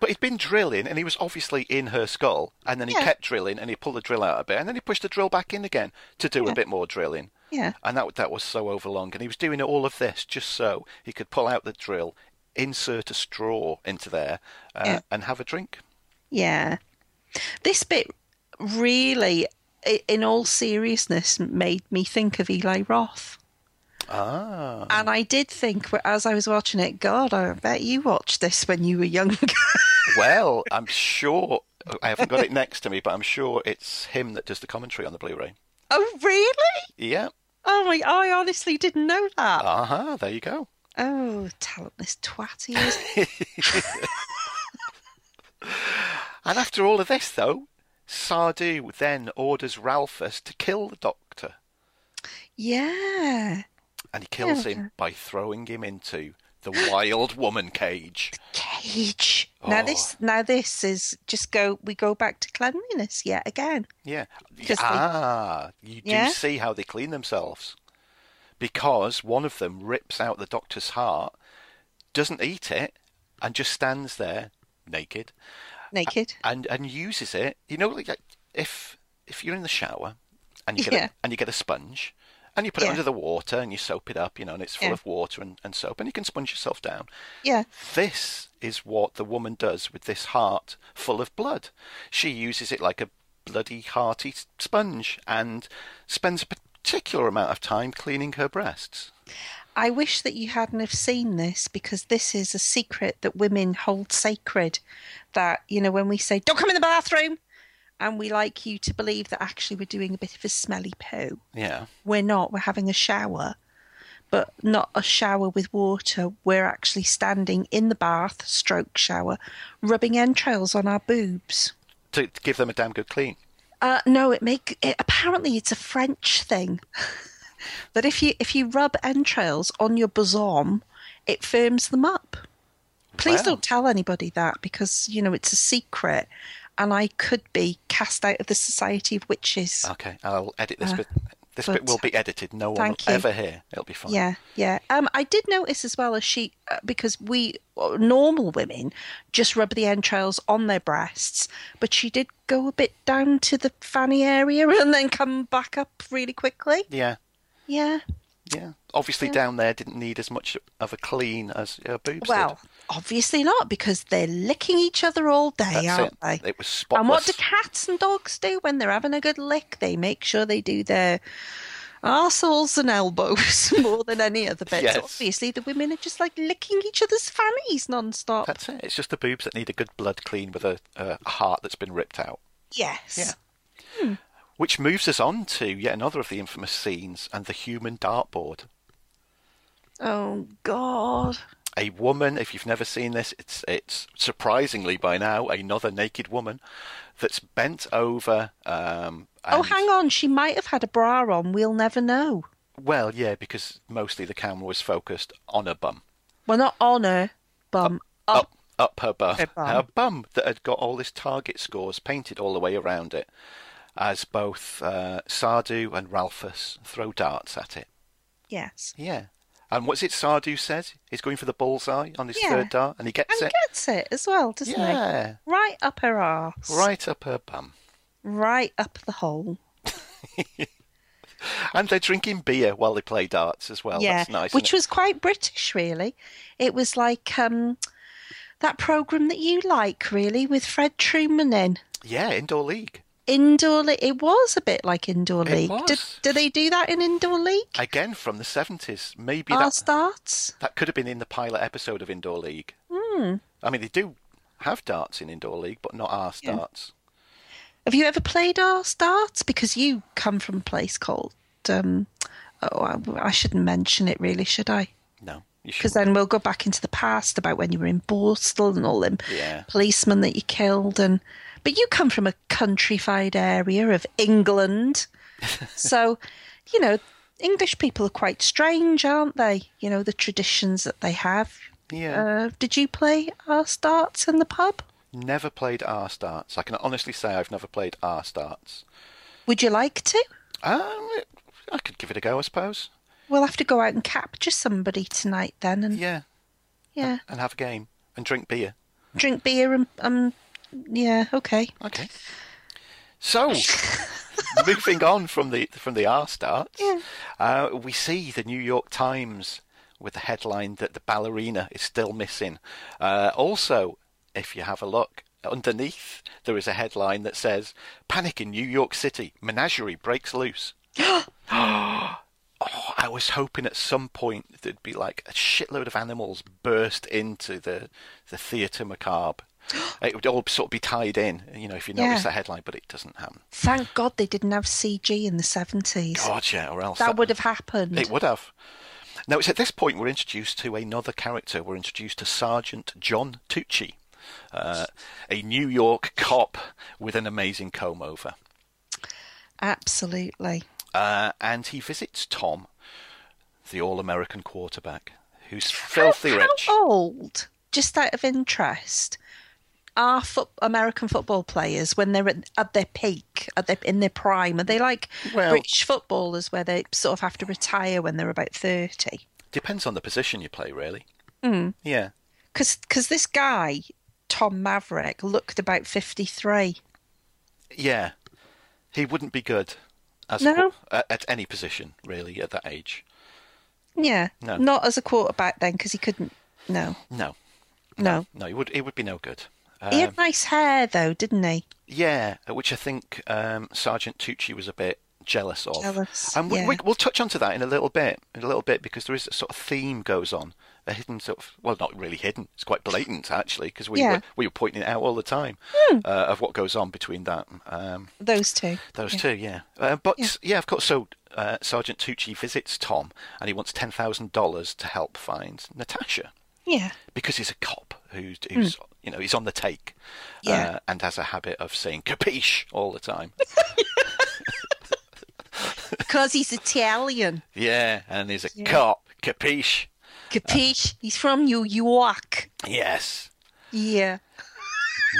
But he'd been drilling, and he was obviously in her skull, and then he Yeah. kept drilling, and he pulled the drill out a bit, and then he pushed the drill back in again to do a bit more drilling. Yeah. And that that was so overlong, and he was doing all of this just so he could pull out the drill, insert a straw into there, uh, Yeah. and have a drink. Yeah. This bit really, i- in all seriousness, made me think of Eli Roth. Ah, And I did think, w- as I was watching it, God, I bet you watched this when you were younger. well, I'm sure I haven't got it next to me, but I'm sure it's him that does the commentary on the Blu-ray. oh, really? Yeah. Oh my! I honestly didn't know that. Uh huh. There you go. oh, talentless twat he is. And after all of this, though, Sardu then orders Ralphus to kill the Doctor. yeah, and he kills Yeah. him by throwing him into the wild woman cage. cage. Now Oh. this, now this is just go. We go back to cleanliness yet again. Yeah. Because they- ah, you do Yeah. see how they clean themselves. Because one of them rips out the doctor's heart, doesn't eat it, and just stands there naked Naked. and, and uses it. You know, like like, if if you're in the shower and you get Yeah. a, and you get a sponge and you put it Yeah. under the water and you soap it up, you know, and it's full Yeah. of water and, and soap, and you can sponge yourself down. Yeah, This is what the woman does with this heart full of blood. She uses it like a bloody hearty s- sponge and spends a particular amount of time cleaning her breasts. I wish that you hadn't have seen this because this is a secret that women hold sacred. That you know, when we say "Don't come in the bathroom," and we like you to believe that actually we're doing a bit of a smelly poo. Yeah. we're not we're having a shower but not a shower with water we're actually standing in the bath stroke shower rubbing entrails on our boobs To, to give them a damn good clean. uh, no it make it, apparently it's a french thing that if you if you rub entrails on your bosom it firms them up please Wow. don't tell anybody that because you know it's a secret and i could be cast out of the society of witches Okay, I'll edit this Uh, bit. This but- bit will be edited. No one will Thank you. ever hear. It'll be fine. Yeah, yeah. Um, I did notice as well as she, uh, because we uh, normal women just rub the entrails on their breasts, but she did go a bit down to the fanny area and then come back up really quickly. Yeah. Yeah. Yeah. Obviously, down there didn't need as much of a clean as her boobs Well, obviously not because they're licking each other all day, did. That's aren't it. they? It was spotless. And what do cats and dogs do when they're having a good lick? They make sure they do their arseholes and elbows more than any other bits. Yes. Obviously, the women are just like licking each other's fannies non-stop. That's it. It's just the boobs that need a good blood clean with a, a heart that's been ripped out. Yes. Yeah. Which moves us on to yet another of the infamous scenes and the human dartboard. Oh God. A woman, if you've never seen this, it's it's surprisingly by now another naked woman that's bent over. Um, Oh, and- hang on. She might have had a bra on. We'll never know. Well, yeah, because mostly the camera was focused on her bum, Well, not on her bum. Up. up up her bum, Oh. Her bum. her bum that had got all this target scores painted all the way around it, as both uh, Sardu and Ralphus throw darts at it. Yes. Yeah. And what's it Sardu says? He's going for the bullseye on his Yeah. third dart and he gets And it. gets it as well, doesn't it? yeah. Right up her arse. Right up her bum. Right up the hole. And they're drinking beer while they play darts as well. Oh, That's nice. Which isn't was quite British, really. It was like um, that program that you like, really, with Fred Truman in. it? Yeah, indoor league. indoor league. It was a bit like indoor It league. Did, was. do they do that in indoor league? Again from the 70s. Maybe Our that, starts. that could have been in the pilot episode of Indoor League. Hmm. I mean, they do have darts in Indoor League, but not arse Yeah. darts. Have you ever played our starts? Because you come from a place called. Um, oh, I, I shouldn't mention it, really, should I? No. You should. Because then we'll go back into the past about when you were in Borstal and all them Yeah. policemen that you killed. And but you come from a countrified area of England, so you know English people are quite strange, aren't they? You know the traditions that they have. Yeah. Uh, did you play our starts in the pub? Never played arse darts. I can honestly say I've never played arse darts. Would you like to? Um, I could give it a go, I suppose. We'll have to go out and capture somebody tonight then, and Yeah, yeah, and have a game and drink beer. drink beer and um, yeah, okay. Okay. So, moving on from the from the R starts, uh, we see the New York Times with the headline that the ballerina is still missing. Uh, also, if you have a look underneath, there is a headline that says "Panic in New York City: Menagerie breaks loose." Oh, I was hoping at some point there'd be like a shitload of animals burst into the the theatre macabre. It would all sort of be tied in, you know, if you notice the Yeah. headline, but it doesn't happen. Thank God they didn't have CG in the seventies. God, yeah, or else that would have happened. it would have. Now it's at this point we're introduced to another character. We're introduced to Sergeant John Tucci, uh, a New York cop with an amazing comb over. Absolutely. uh, and he visits Tom, the all-American quarterback, who's filthy how, rich. How old? Just out of interest, are foot, American football players when they're at, at their peak, at their, in their prime, are they like Well- British footballers where they sort of have to retire when they're about thirty? Depends on the position you play, really. Hmm. Mm. Yeah, Because this guy Tom Maverick looked about fifty three. yeah. He wouldn't be good as No. qu- at, at any position, really, at that age. Yeah. No. Not as a quarterback then, because he couldn't. No. No, No. no, he would. He would be no Um, good. he had nice hair though, didn't he? Yeah, uh, which I think um, Sergeant Tucci was a bit jealous of. Jealous, and we, yeah. we, we'll touch onto that in a little bit, in a little bit, because there is a sort of theme goes on, a hidden sort of, well, not really hidden. It's quite blatant actually, because we Yeah. Hmm. were, we were pointing it out all the time uh, of what goes on between that um, Those two. those two. Yeah, uh, but yeah. of course. So uh, Sergeant Tucci visits Tom, and he wants ten thousand dollars to help find Natasha Yeah. because he's a cop who's, who's you know he's on the take Yeah. uh, and has a habit of saying capiche all the time Because he's Italian. yeah and he's a cop capiche Capiche? He's from New York. yes Yeah.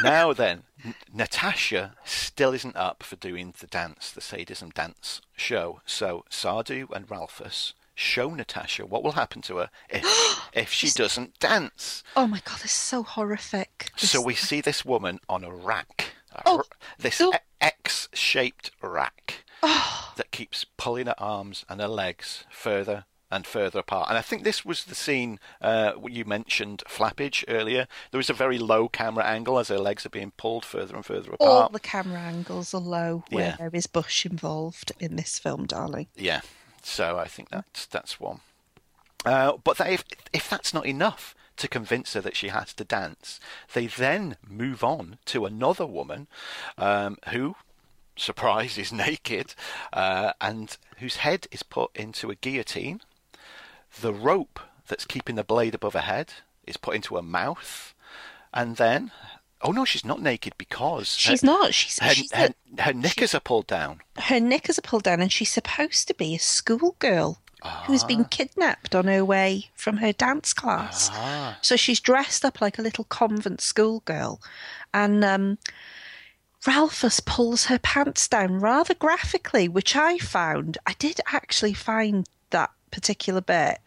now then N- natasha still isn't up for doing the dance the sadism dance show so sardu and ralphus show natasha what will happen to her if if she doesn't dance Oh my god, this is so horrific. This- so we see this woman on a rack a Oh, r- this oh. X shaped rack that keeps pulling her arms and her legs further and further apart. And I think this was the scene uh, where you mentioned flappage earlier. There was a very low camera angle as her legs are being pulled further and further all apart. the camera angles are low where Yeah. there is Bush involved in this film, darling. Yeah, so I think that's that's one. Uh, but they, if if that's not enough to convince her that she has to dance, they then move on to another woman, um, who, surprise, is naked, uh, and whose head is put into a guillotine. The rope that's keeping the blade above her head is put into her mouth, and then, oh no, she's not naked because her- She's not. She's, Her, she's her, her knickers are pulled down. a- her knickers are pulled down, and she's supposed to be a schoolgirl who's been Ah. kidnapped on her way from her dance class. Ah. So she's dressed up like a little convent schoolgirl, and um, Ralphus pulls her pants down rather graphically, which I found. I did actually find that particular bit.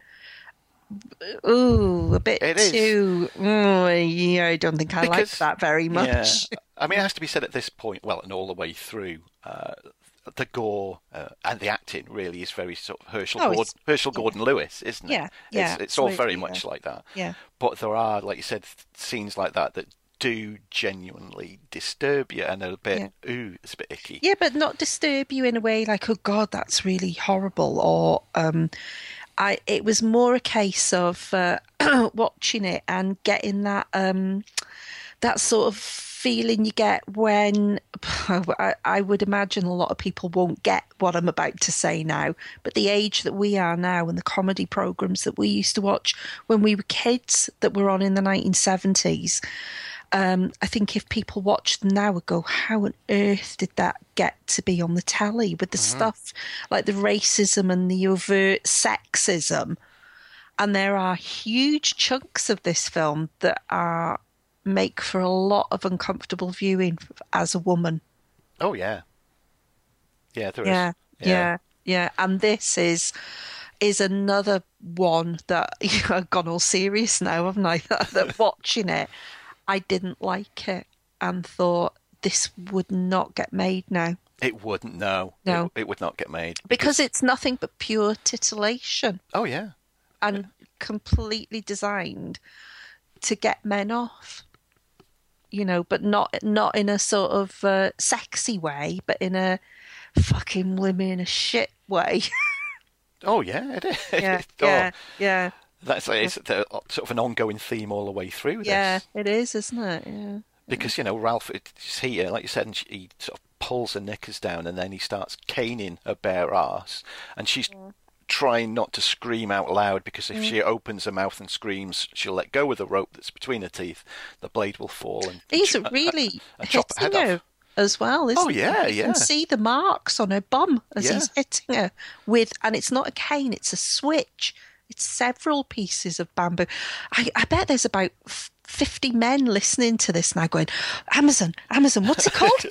Ooh, a bit It is. too. Mm, yeah, I don't think I like Because- that very much. Yeah. I mean, it has to be said at this point, well, and all the way through, uh, the gore uh, and the acting really is very sort of Herschel, Oh, Gord it's- Herschel Gordon Lewis, isn't it? Yeah, It's, yeah, it's all very absolutely, much yeah. like that. Yeah. But there are, like you said, scenes like that that do genuinely disturb you and are a bit, ooh, it's a bit icky. Yeah, but not disturb you in a way like, oh God, that's really horrible. Or um, I, it was more a case of uh, watching it and getting that um, that sort of feeling you get when I, I would imagine a lot of people won't get what I'm about to say now. But the age that we are now and the comedy programs that we used to watch when we were kids that were on in the 1970s um, I think if people watch them now would go, how on earth did that get to be on the telly with the stuff like the racism and the overt sexism? And there are huge chunks of this film that are make for a lot of uncomfortable viewing f- as a woman. Oh, yeah. Yeah, there is. Yeah, yeah, yeah, And this is is another one that you know, I've gone all serious now, haven't I? That, that watching it, I didn't like it and thought this would not get made now It wouldn't, no. No. It, it would not get made. because it's nothing but pure titillation Oh, yeah. and completely designed to get men off. You know, but not not in a sort of uh, sexy way, but in a fucking women a shit way. Oh, yeah, it is. yeah, Oh, yeah, yeah, That's it's the, sort of an ongoing theme all the way through this. yeah. It is, isn't it? Yeah. Because, you know, Ralph is here, like you said, and she, he sort of pulls her knickers down and then he starts caning her bare ass. And she's trying not to scream out loud because if she opens her mouth and screams, she'll let go of the rope that's between her teeth. The blade will fall and. He's and- really and hitting chop her head her off. as well, isn't Oh, yeah, he? You yeah. can see the marks on her bum as Yeah. he's hitting her with, and it's not a cane, it's a switch. It's several pieces of bamboo. I, I bet there's about f- 50 men listening to this now going, Amazon, Amazon, what's it called?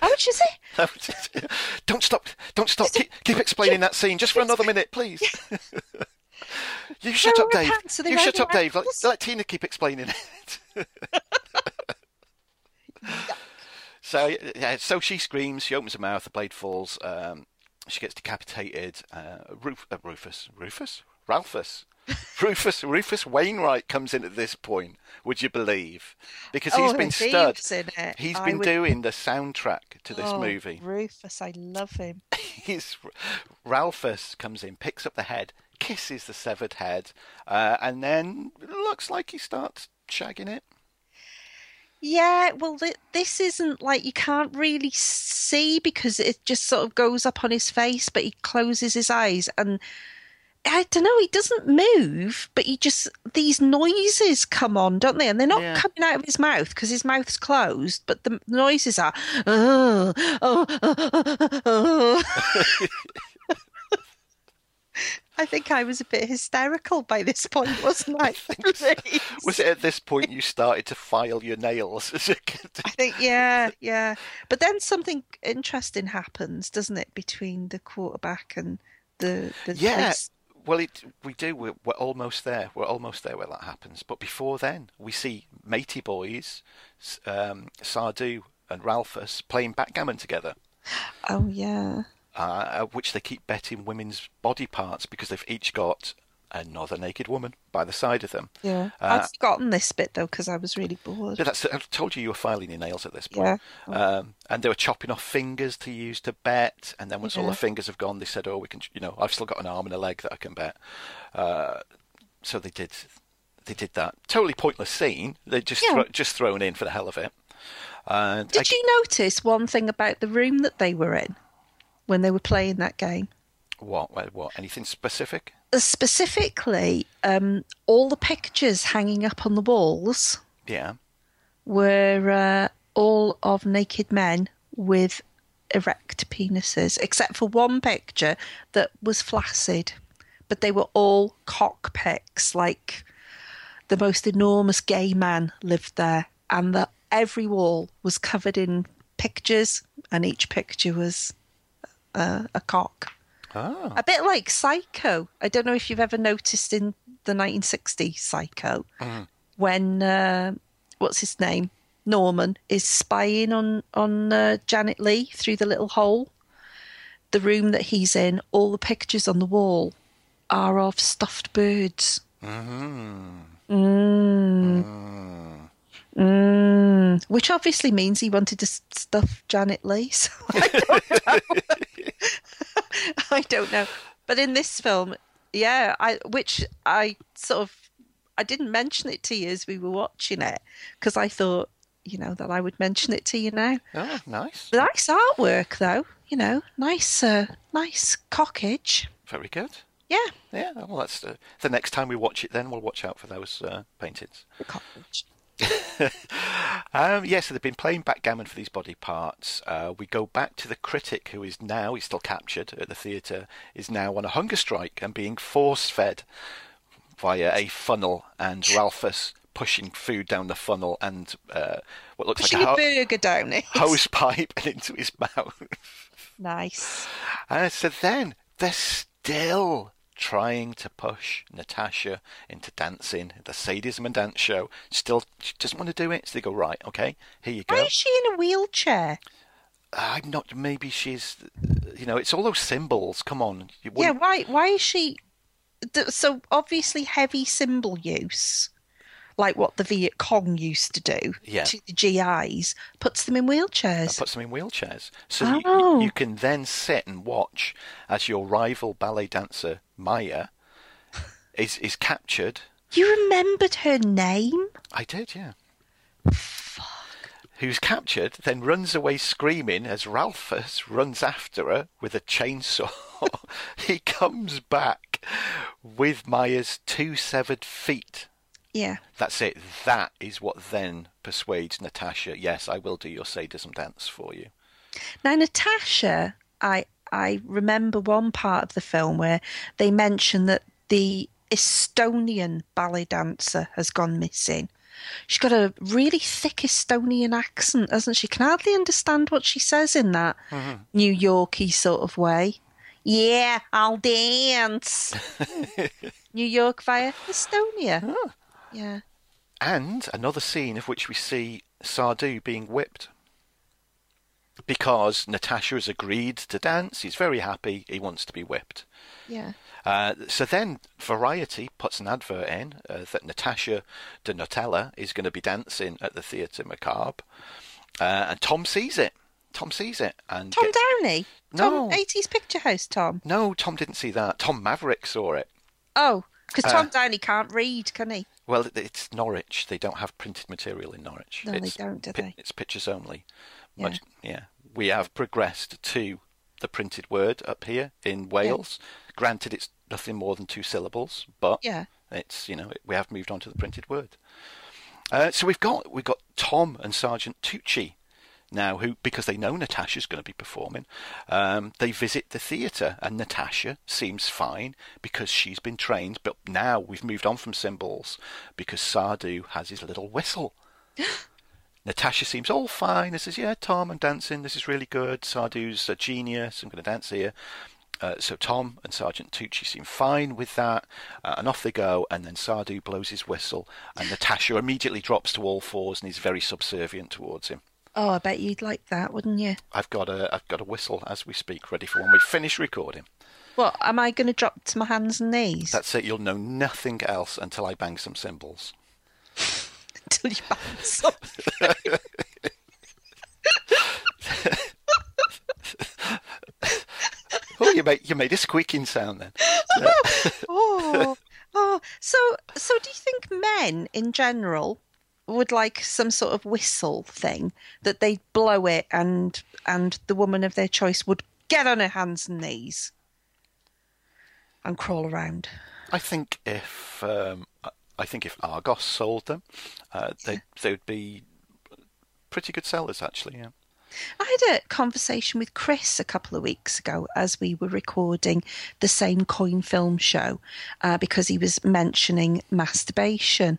How much is it? don't stop! Don't stop! Keep, keep explaining that scene just for another minute, please. you shut They're up, all Dave. pants, so they You wear shut their up, Dave. Let, ankles. let Tina keep explaining it. so yeah, so she screams. She opens her mouth. The blade falls. Um, she gets decapitated. Uh, Ruf- uh, Rufus, Rufus, Ralphus. Rufus, Rufus Wainwright comes in at this point. Would you believe? Because he's Oh, been he stud. was in it. He's I been would- doing the soundtrack to this Oh, movie Rufus, I love him. he's Ralphus comes in, picks up the head, kisses the severed head, uh, and then looks like he starts shagging it. Yeah, well, th- this isn't like you can't really see because it just sort of goes up on his face, but he closes his eyes and I don't know, he doesn't move, but he just, these noises come on, don't they? And they're not Yeah. coming out of his mouth because his mouth's closed, but the noises are, oh, oh, oh, oh, oh." I think I was a bit hysterical by this point, wasn't I? Was it at this point you started to file your nails as a kid? I think, yeah, yeah. But then something interesting happens, doesn't it, between the quarterback and the the Yeah. police? Well, it, we do. We're, we're almost there. We're almost there where that happens. But before then, we see Matey Boys, S- um, Sardu, and Ralphus playing backgammon together. Oh yeah, Uh, at which they keep betting women's body parts because they've each got another naked woman by the side of them. yeah. Uh, I'd forgotten this bit though because I was really bored. Yeah, that's. I told you you were filing your nails at this Yeah. point. Um, and they were chopping off fingers to use to bet. And then once all Yeah. the fingers have gone, they said, "Oh, we can." You know, I've still got an arm and a leg that I can bet. Uh, so they did. They did that. Totally pointless scene. They just Yeah. thro- just thrown in for the hell of it. And Did ag- you notice one thing about the room that they were in when they were playing that game? what? What? What? Anything specific? Specifically, um, all the pictures hanging up on the walls Yeah. were uh, all of naked men with erect penises, except for one picture that was flaccid. But they were all cock pics, like the most enormous gay man lived there, and the, every wall was covered in pictures, and each picture was uh, a cock. Oh. A bit like Psycho. I don't know if you've ever noticed in the 1960 Psycho when uh, what's his name Norman is spying on on uh, Janet Lee through the little hole. The room that he's in, all the pictures on the wall are of stuffed birds. Mm. which obviously means he wanted to s- stuff Janet Leigh. So I don't know. I don't know. But in this film, yeah, I which I sort of I didn't mention it to you as we were watching it because I thought you know that I would mention it to you now. Oh, nice. Nice artwork though, you know, nice uh, nice cockage. Very good. Yeah, Yeah, well, that's uh, the next time we watch it. Then we'll watch out for those uh, paintings. the cockage. Um, yeah, so they've been playing backgammon for these body parts. Uh, we go back to the critic who is now, he's still captured at the theatre, is now on a hunger strike and being force fed via a funnel, and Ralphus pushing food down the funnel and uh, what looks Pushing a like a burger down it. ho- hose pipe and into his mouth. Nice. And so then they're still trying to push Natasha into dancing, the sadism and dance show. Still, she doesn't want to do it. So they go, right, okay, here you go. Why is she in a wheelchair? I'm not. Maybe she's. You know, it's all those symbols. Come on. You Yeah, wouldn't- why why is she th- so obviously heavy symbol use, like what the Viet Cong used to do Yeah. to the GIs, puts them in I wheelchairs. Put them in wheelchairs, so you- Oh. you, can then sit and watch as your rival ballet dancer Maya is is captured. you remembered her name? I did, yeah. Who's captured, then runs away screaming as Ralphus runs after her with a chainsaw. he comes back with Maya's two severed feet Yeah. That's it. That is what then persuades Natasha, yes, I will do your sadism dance for you. Now Natasha, I I remember one part of the film where they mention that the Estonian ballet dancer has gone missing. She's got a really thick Estonian accent, hasn't she? Can hardly understand what she says in that New Yorky sort of way. Yeah, I'll dance. New York via Estonia. Yeah. And another scene of which we see Sardu being whipped. Because Natasha has agreed to dance, he's very happy, he wants to be whipped. Yeah. Uh, so then Variety puts an advert in uh, that Natasha de Nutella is going to be dancing at the Theatre Macabre. Uh, and Tom sees it. Tom sees it. and Tom gets- Downey. Tom No. 80s Picture House Tom. No, Tom didn't see that. Tom Maverick saw it. Oh, because Tom Downey can't read, can he? Well, it- it's Norwich. They don't have printed material in Norwich. No, they it's don't, do pi- they? It's pictures only. Yeah. Much, yeah. We have progressed to the printed word up here in Wales. Granted, it's nothing more than two syllables, but Yeah. it's you know we have moved on to the printed word. Uh, so we've got we've got Tom and Sergeant Tucci now, who because they know Natasha's going to be performing, um, they visit the theatre, and Natasha seems fine because she's been trained. But now we've moved on from symbols because Sardu has his little whistle. Natasha seems all fine. This is yeah, Tom, I'm dancing. This is really good. Sardu's a genius. I'm going to dance here. Uh, so Tom and Sergeant Tucci seem fine with that, uh, and off they go. And then Sardu blows his whistle, and Natasha immediately drops to all fours and is very subservient towards him. Oh, I bet you'd like that, wouldn't you? I've got a I've got a whistle as we speak, ready for when we finish recording. What am I going to drop to my hands and knees That's it. You'll know nothing else until I bang some cymbals. until you bounce up? Oh, you made you made a squeaking sound then. Oh, oh. So, so do you think men in general would like some sort of whistle thing that they'd blow it and and the woman of their choice would get on her hands and knees and crawl around? I think if um, I- I think if Argos sold them, uh, they they would be pretty good sellers actually. Yeah. I had a conversation with Chris a couple of weeks ago as we were recording the same coin film show uh, because he was mentioning masturbation.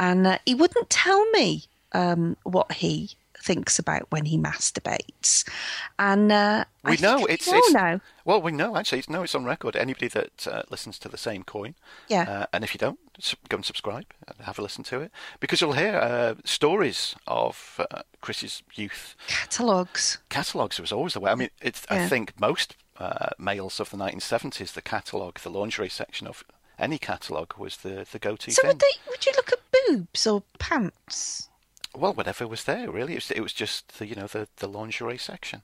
And uh, he wouldn't tell me um, what he thinks about when he masturbates. And uh, We I know think it's we all it's know. well we know actually it's no it's on record. Anybody that uh, listens to the same coin, Yeah. Uh, and if you don't, sub- go and subscribe and have a listen to it because you'll hear uh, stories of uh, Chris's youth catalogues. catalogues was always the way. I mean, it's, Yeah. I think most uh, males of the 1970s, the catalogue, the lingerie section of any catalogue was the, the go-to So thing. would they? Would you look at boobs or pants? well, whatever was there, really. It was, it was just the you know the, the lingerie section.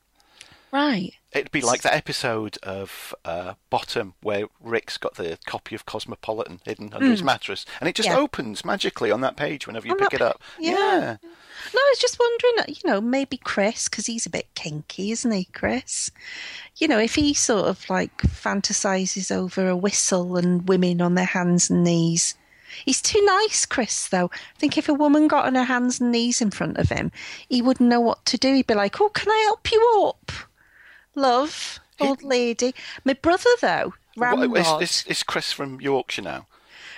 Right. It'd be like that episode of uh, Bottom where Rick's got the copy of Cosmopolitan hidden under his mattress, and it just Mm. Yeah. opens magically on that page whenever you On pick that it up. pa- yeah. No, I was just wondering, uh, you know, maybe Chris, because he's a bit kinky, isn't he, Chris? You know, if he sort of like fantasizes over a whistle and women on their hands and knees. He's too nice, Chris, though. I think if a woman got on her hands and knees in front of him, he wouldn't know what to do. He'd be like, Oh, can I help you up? Love, old lady. My brother, though, What- Ramrod. is, is, is Chris from Yorkshire now?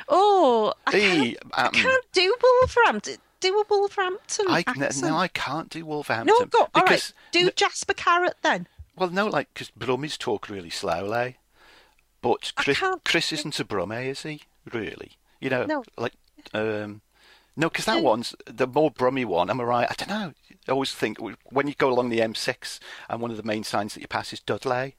Oh, I Hey, can't, I um, can't do Wolverhampton. Do a Wolverhampton. I n- accent. no, I can't do Wolverhampton. No, go. All right. because, Do Jasper Carrot then. Well, no, like because Brummies talk really slowly, but I Chris, can't- Chris isn't a Brummie, is he? Really? You know, No. like, um, no, because that No. one's the more Brummy one. Am I right? I don't know. I always think w- when you go along the M6 and one of the main signs that you pass is Dudley.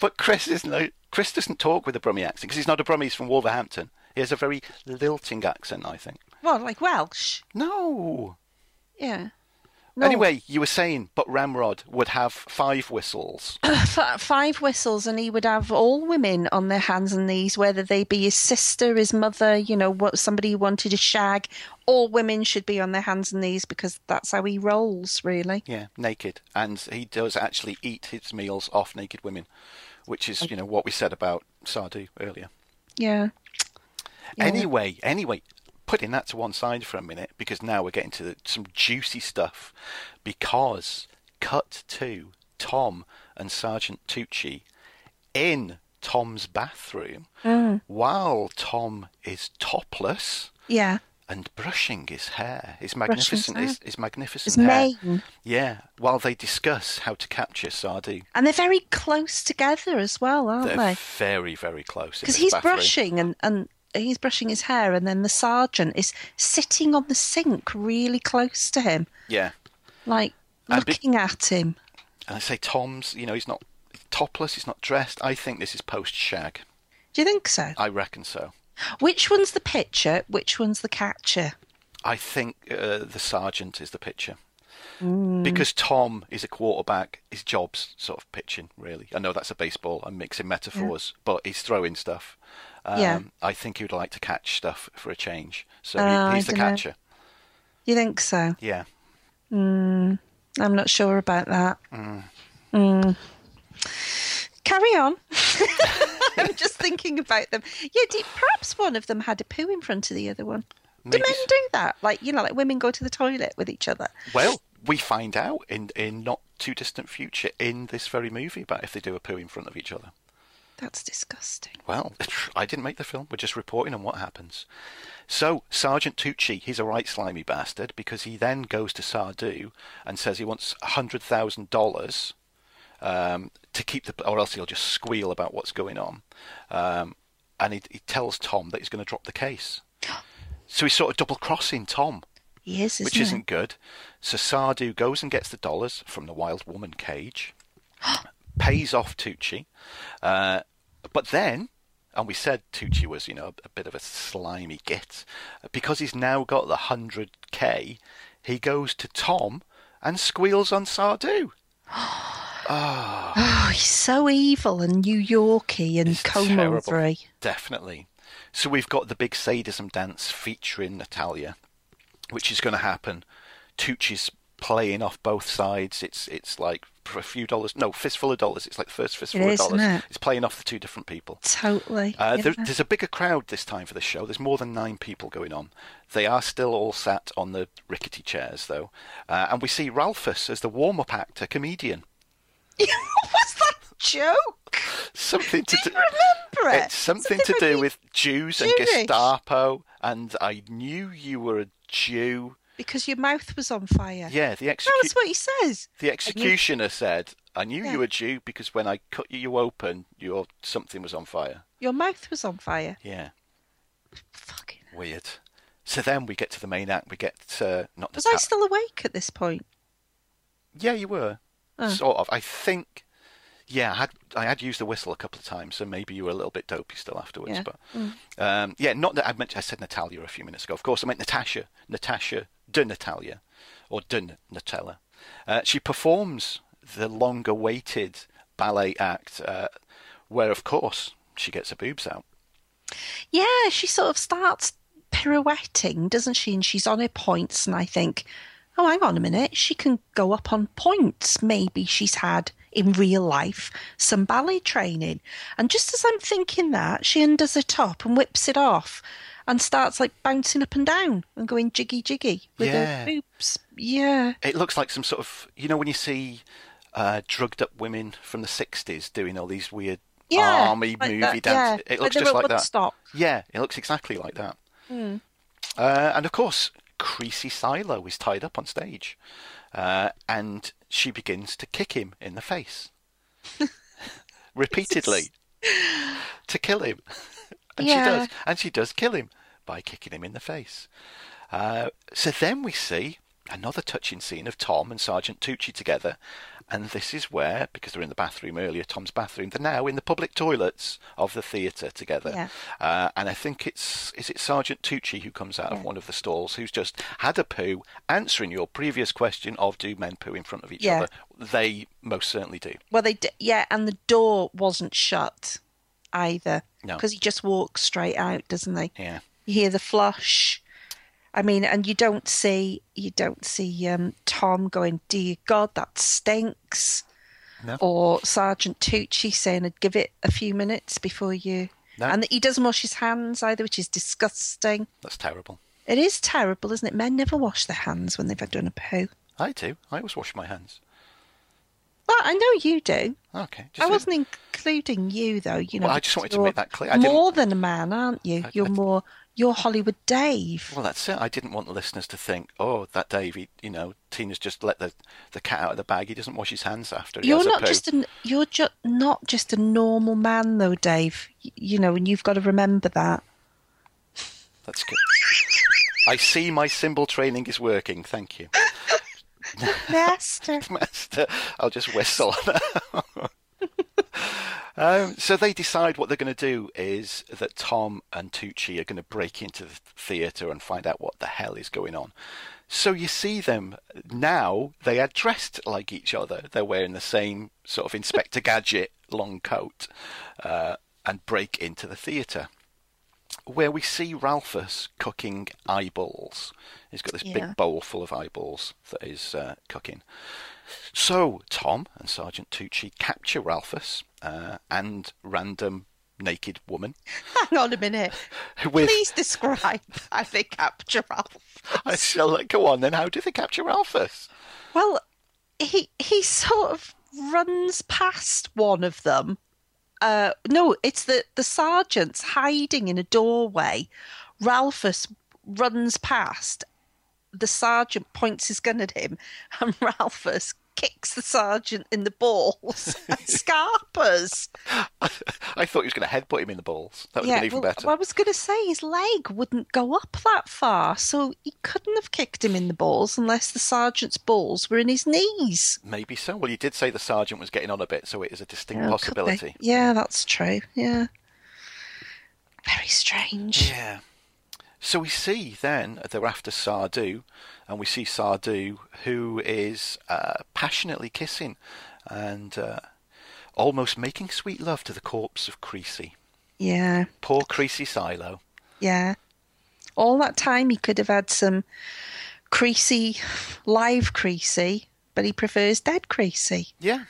but Chris isn't. a- Chris doesn't talk with a Brummy accent because he's not a Brummy. He's from Wolverhampton. He has a very lilting accent, I think. Well, like Welsh. No. Yeah. No, Anyway, you were saying, but Ramrod would have five whistles. f- five whistles, and he would have all women on their hands and knees, whether they be his sister, his mother, you know, what somebody who wanted to shag. All women should be on their hands and knees because that's how he rolls, really. Yeah, naked, and he does actually eat his meals off naked women, which is you know what we said about Sadu earlier. Yeah. Anyway, anyway, putting that to one side for a minute because now we're getting to the, some juicy stuff. Because cut to Tom and Sergeant Tucci in Tom's bathroom while Tom is topless Yeah. and brushing his hair, his Brushing his magnificent, his, hair. his magnificent His hair. mane. Yeah, while they discuss how to capture Sardu, And they're very close together as well, aren't they're they? very, very close. in because this he's bathroom. brushing and and he's brushing his hair and then the sergeant is sitting on the sink really close to him Yeah, like And be- looking at him and I say Tom's. You know, he's not topless. He's not dressed. I think this is post shag. do you think so I reckon so. which one's the pitcher which one's the catcher I think uh, the sergeant is the pitcher. Mm. Because Tom is a quarterback, his job's sort of pitching, really. I know that's a baseball, I'm mixing metaphors, but he's throwing stuff. Um, Yeah. I think he would like to catch stuff for a change. So Oh, he, I he's the dunno. catcher. you think so Yeah. i'm not sure about that Mm. carry on i'm just thinking about them yeah do, perhaps one of them had a poo in front of the other one do Maybe men so. do that like you know like women go to the toilet with each other Well, we find out in, in not too distant future in this very movie about if they do a poo in front of each other. that's disgusting Well, I didn't make the film. We're just reporting on what happens. So, Sergeant Tucci, he's a right slimy bastard because he then goes to Sardu and says he wants $100,000 um, to keep the. or else he'll just squeal about what's going on. Um, and he, he tells Tom that he's going to drop the case. So he's sort of double crossing Tom he is isn't which he? isn't good. So Sardu goes and gets the dollars from the wild woman cage, pays off Tucci, uh, but then, and we said Tucci was, you know, a, bit of a slimy git, because he's now got the 100k, he goes to Tom and squeals on Sardu. Oh, he's so evil and New Yorky and It's comovery. Definitely. So we've got the big sadism dance featuring Natalia, which is going to happen. Tucci's playing off both sides. It's it's like for a few dollars, no fistful of dollars. It's like the first fistful It of is, isn't dollars. it? It's playing off the two different people. Totally. Uh, yeah. there, there's a bigger crowd this time for the show. There's more than nine people going on. They are still all sat on the rickety chairs, though. Uh, and we see Ralphus as the warm-up actor, comedian. what was that joke? something to Do do. you remember it? It's something, Something to with do the with Jews and Jewish. Gestapo. And I knew you were a Jew. Because your mouth was on fire. Yeah, the execu- That's what he says. the executioner said, "I knew Yeah. you were Jew because when I cut you open, your something was on fire." Your mouth was on fire. Yeah, Fucking. hell. weird. So then we get to the main act. We get uh, not. Was the I ta- still awake at this point? Yeah, you were. Oh. Sort of. I think. yeah, I had I had used the whistle a couple of times, so maybe you were a little bit dopey still afterwards. Yeah. But um, yeah, not that I meant I said Natalia a few minutes ago. Of course, I meant Natasha, Natasha de Natalia, or de Natella. Uh, she performs the long-awaited ballet act, uh, where of course she gets her boobs out. Yeah, she sort of starts pirouetting, doesn't she? And she's on her points, and I think, oh, hang on a minute, she can go up on points. Maybe she's had in real life some ballet training. And just as I'm thinking that, she undoes her top and whips it off and starts like bouncing up and down and going jiggy jiggy with Yeah. her boobs. Yeah. It looks like some sort of you know when you see uh, drugged up women from the '60s doing all these weird Yeah, army like movie that, dance. yeah. It Like looks they were just at like that. Woodstock. Yeah, it looks exactly like that. Hmm. Uh, and of course, Creasy Silo is tied up on stage, uh, and she begins to kick him in the face repeatedly to kill him. And Yeah. she does, and she does kill him by kicking him in the face. Uh, so then we see another touching scene of Tom and Sergeant Tucci together, and this is where, because they're in the bathroom earlier, Tom's bathroom, they're now in the public toilets of the theatre together. Yeah. Uh, and I think it's is it Sergeant Tucci who comes out of one of the stalls, who's just had a poo, answering your previous question of do men poo in front of each Yeah. other? They most certainly do. Well, they d- yeah, and the door wasn't shut either. No. because he just walks straight out, doesn't he? Yeah. You hear the flush. I mean, and you don't see you don't see um, Tom going, "Dear God, that stinks," No. or Sergeant Tucci saying, "I'd give it a few minutes before you." No. And he doesn't wash his hands either, which is disgusting. That's terrible. It is terrible, isn't it? Men never wash their hands when they've done a poo. I do. I always wash my hands. Well, I know you do. Okay. I wasn't including you, though. You know, Well, I just because wanted to you're make that clear. I didn't- more than a man, aren't you? I- You're I- more. You're Hollywood Dave. Well, that's it. I didn't want the listeners to think, oh, that Dave, he, you know, Tina's just let the, the cat out of the bag. He doesn't wash his hands after he you're has a not poo. just an. You're just not just a normal man, though, Dave. Y- You know, and you've got to remember that. That's good. I see my symbol training is working. Thank you, Master. Master. I'll just whistle. um, so they decide what they're going to do is that Tom and Tucci are going to break into the theatre and find out what the hell is going on. So you see them now. They are dressed like each other. They're wearing the same sort of Inspector Gadget long coat uh, and break into the theatre. where we see Ralphus cooking eyeballs. He's got this Yeah. big bowl full of eyeballs that is uh, cooking. So Tom and Sergeant Tucci capture Ralphus uh, and random naked woman Hang on a minute. with. Please describe how they capture Ralph. I shall let go on. Then how do they capture Ralphus? Well, he he sort of runs past one of them. Uh, no, it's the the sergeant's hiding in a doorway. Ralphus runs past. The sergeant points his gun at him, and Ralphus kicks the sergeant in the balls and scarpers. I thought he was going to headbutt him in the balls. That would have been even well, better. I was going to say his leg wouldn't go up that far, so he couldn't have kicked him in the balls unless the sergeant's balls were in his knees. Maybe so. Well, you did say the sergeant was getting on a bit, so it is a distinct Oh, could be. possibility. Yeah, that's true. Yeah. Very strange. Yeah. So we see then they're after Sardu, and we see Sardu who is uh, passionately kissing and uh, almost making sweet love to the corpse of Creasy. Yeah. Poor Creasy Silo. Yeah. All that time he could have had some creasy, live creasy, but he prefers dead creasy. Yeah.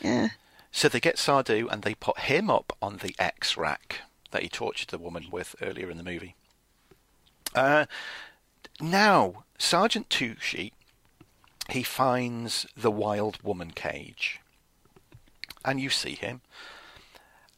Yeah. So they get Sardu and they put him up on the X rack that he tortured the woman with earlier in the movie. Uh, now, Sergeant Tucci, he finds the wild woman cage. And you see him.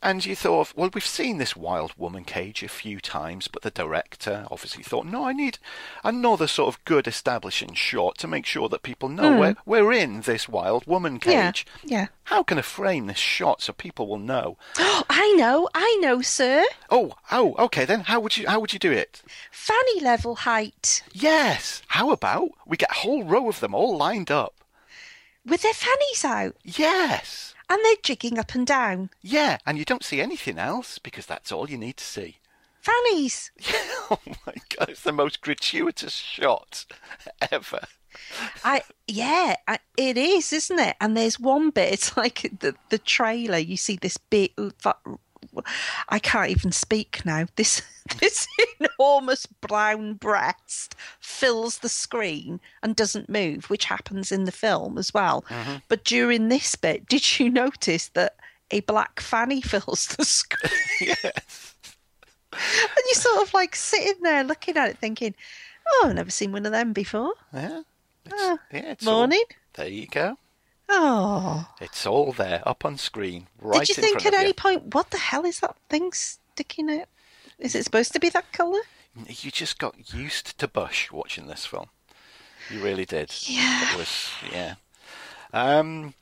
And you thought, well, we've seen this wild woman cage a few times, but the director obviously thought, no, I need another sort of good establishing shot to make sure that people know we're, we're in this wild woman cage. Yeah. How can I frame this shot so people will know? Oh, I know, I know, sir. Oh, oh, okay then. How would you how would you do it? Fanny level height Yes. How about we get a whole row of them all lined up? with their fannies out. Yes. and they're jigging up and down. Yeah, and you don't see anything else because that's all you need to see. Fannies. oh my god, it's the most gratuitous shot ever. I yeah, I, it is, isn't it? And there's one bit. It's like the the trailer. You see this big. I can't even speak now. This this enormous brown breast fills the screen and doesn't move, which happens in the film as well. But during this bit, did you notice that a black fanny fills the screen? yes. and you're sort of like sitting there looking at it, thinking, "Oh, I've never seen one of them before." Yeah. It's, Oh, yeah, it's all- Morning. there you go. Oh. It's all there, up on screen, right Did you in think front at of any you. point, what the hell is that thing sticking out? Is it supposed to be that colour? You just got used to Bush watching this film. You really did. Yeah. It was yeah. Um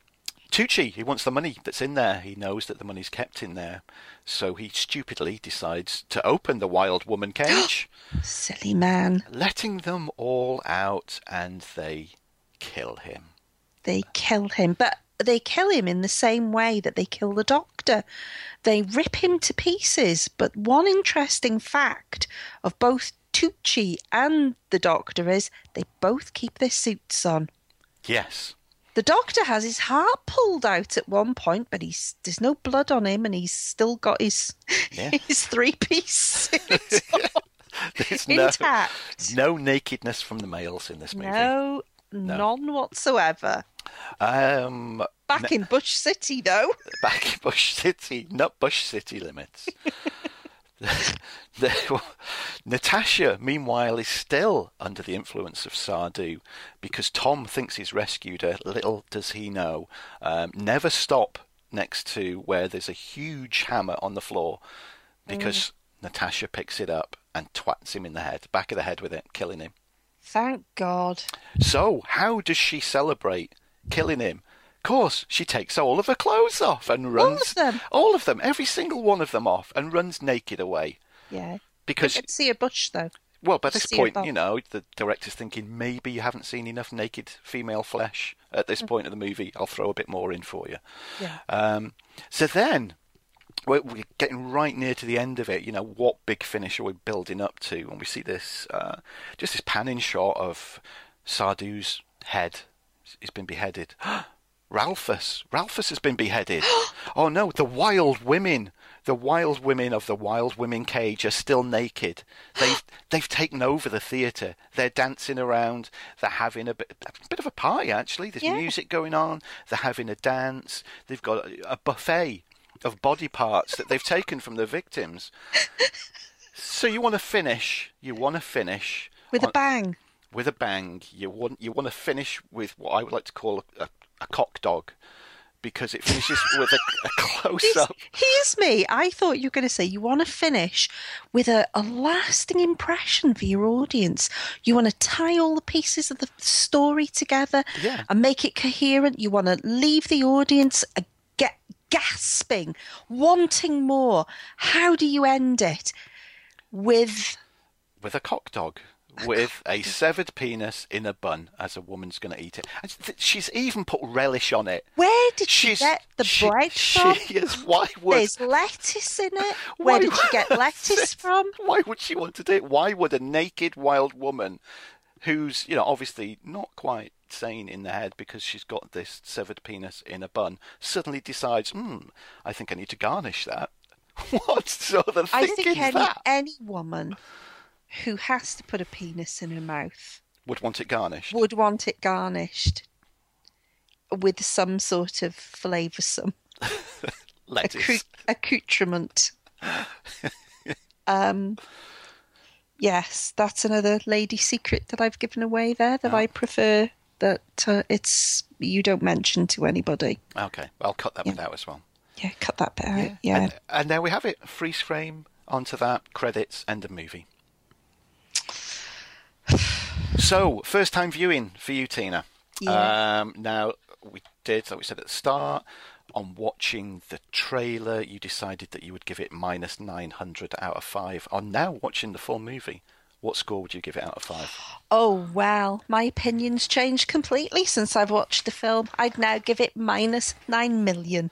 Tucci, he wants the money that's in there. He knows that the money's kept in there. So he stupidly decides to open the wild woman cage, Silly man. letting them all out and they kill him. They kill him, but they kill him in the same way that they kill the doctor. They rip him to pieces. But one interesting fact of both Tucci and the doctor is they both keep their suits on. Yes. The doctor has his heart pulled out at one point, but he's there's no blood on him, and he's still got his Yeah. his three piece suit There's no, intact. no nakedness from the males in this movie. No, none whatsoever. Um Back in Bush City, though. back in Bush City, not Bush City limits. The- Natasha, meanwhile, is still under the influence of Sardu because Tom thinks he's rescued her. Little does he know. Um, never stop next to where there's a huge hammer on the floor because Natasha picks it up and twats him in the head, back of the head with it, killing him. Thank God. So, how does she celebrate killing him? Of course, she takes all of her clothes off and All of runs. them? All of them, every single one of them off, and runs naked away. Yeah. Because, Let's see a Bush, though. well, by this see point, above. you know, the director's thinking maybe you haven't seen enough naked female flesh at this point of the movie. I'll throw a bit more in for you. Mm. Yeah. Um, so then, we're, we're getting right near to the end of it. You know, what big finish are we building up to? And we see this, uh, just this panning shot of Sardu's head. He's been beheaded. Ralphus. Ralphus has been beheaded. oh no, the wild women. The wild women of the wild women cage are still naked. They've they've taken over the theatre. They're dancing around. They're having a bit, a bit of a party actually. There's Yeah. music going on. They're having a dance. They've got a, a buffet of body parts that they've taken from the victims. so you want to finish? You want to finish With on- a bang. with a bang. You want you want to finish with what I would like to call a, a, a cock dog, because it finishes with a, a close Here's, up. here's me. I thought you were going to say you want to finish with a, a lasting impression for your audience. You want to tie all the pieces of the story together Yeah. and make it coherent. You want to leave the audience a get gasping, wanting more. How do you end it? With with a cock dog with a severed penis in a bun as a woman's going to eat it. And th- she's even put relish on it. where did She's, you get the she, bread from? She is. Why would? There's lettuce in it. why Where did you get would- lettuce from? Why would she want to do it? Why would a naked wild woman, who's you know obviously not quite sane in the head because she's got this severed penis in a bun, suddenly decides, hmm, I think I need to garnish that. What sort of I thing think is any, that? any woman who has to put a penis in her mouth Would want it garnished. would want it garnished with some sort of flavoursome Lettuce. accru- accoutrement. um, yes, that's another lady secret that I've given away there Ah. that I prefer that uh, it's you don't mention to anybody. Okay, I'll cut that one out as well. Yeah, cut that bit out. Yeah. And, and there we have it. Freeze frame onto that credits end of movie. So first time viewing for you, Tina. Yeah. Um, now we did, like we said at the start, on watching the trailer, you decided that you would give it minus nine hundred out of five. On now watching the full movie, What score would you give it out of five? Oh, well, my opinion's changed completely since I've watched the film. I'd now give it minus 9 million.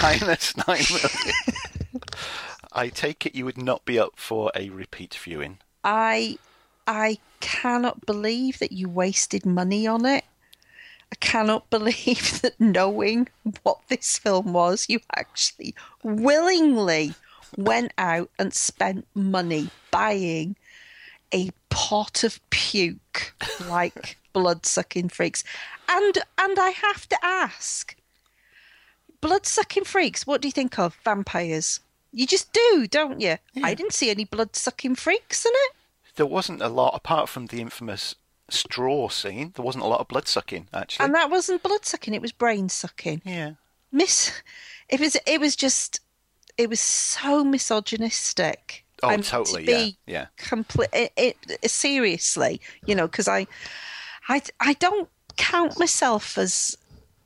Minus nine million. I take it you would not be up for a repeat viewing. I I cannot believe that you wasted money on it. I cannot believe that knowing what this film was, you actually willingly went out and spent money buying a pot of puke like blood-sucking freaks. And and I have to ask, blood-sucking freaks, what do you think of vampires? You just do, don't you? I didn't see any blood-sucking freaks in it. There wasn't a lot, apart from the infamous straw scene, there wasn't a lot of blood sucking, actually. And that wasn't blood sucking; it was brain sucking. yeah. Miss, it was it was just it was so misogynistic. Oh, And totally, To be yeah, yeah. Complete. It, it- seriously, you know, because I, I, I don't count myself as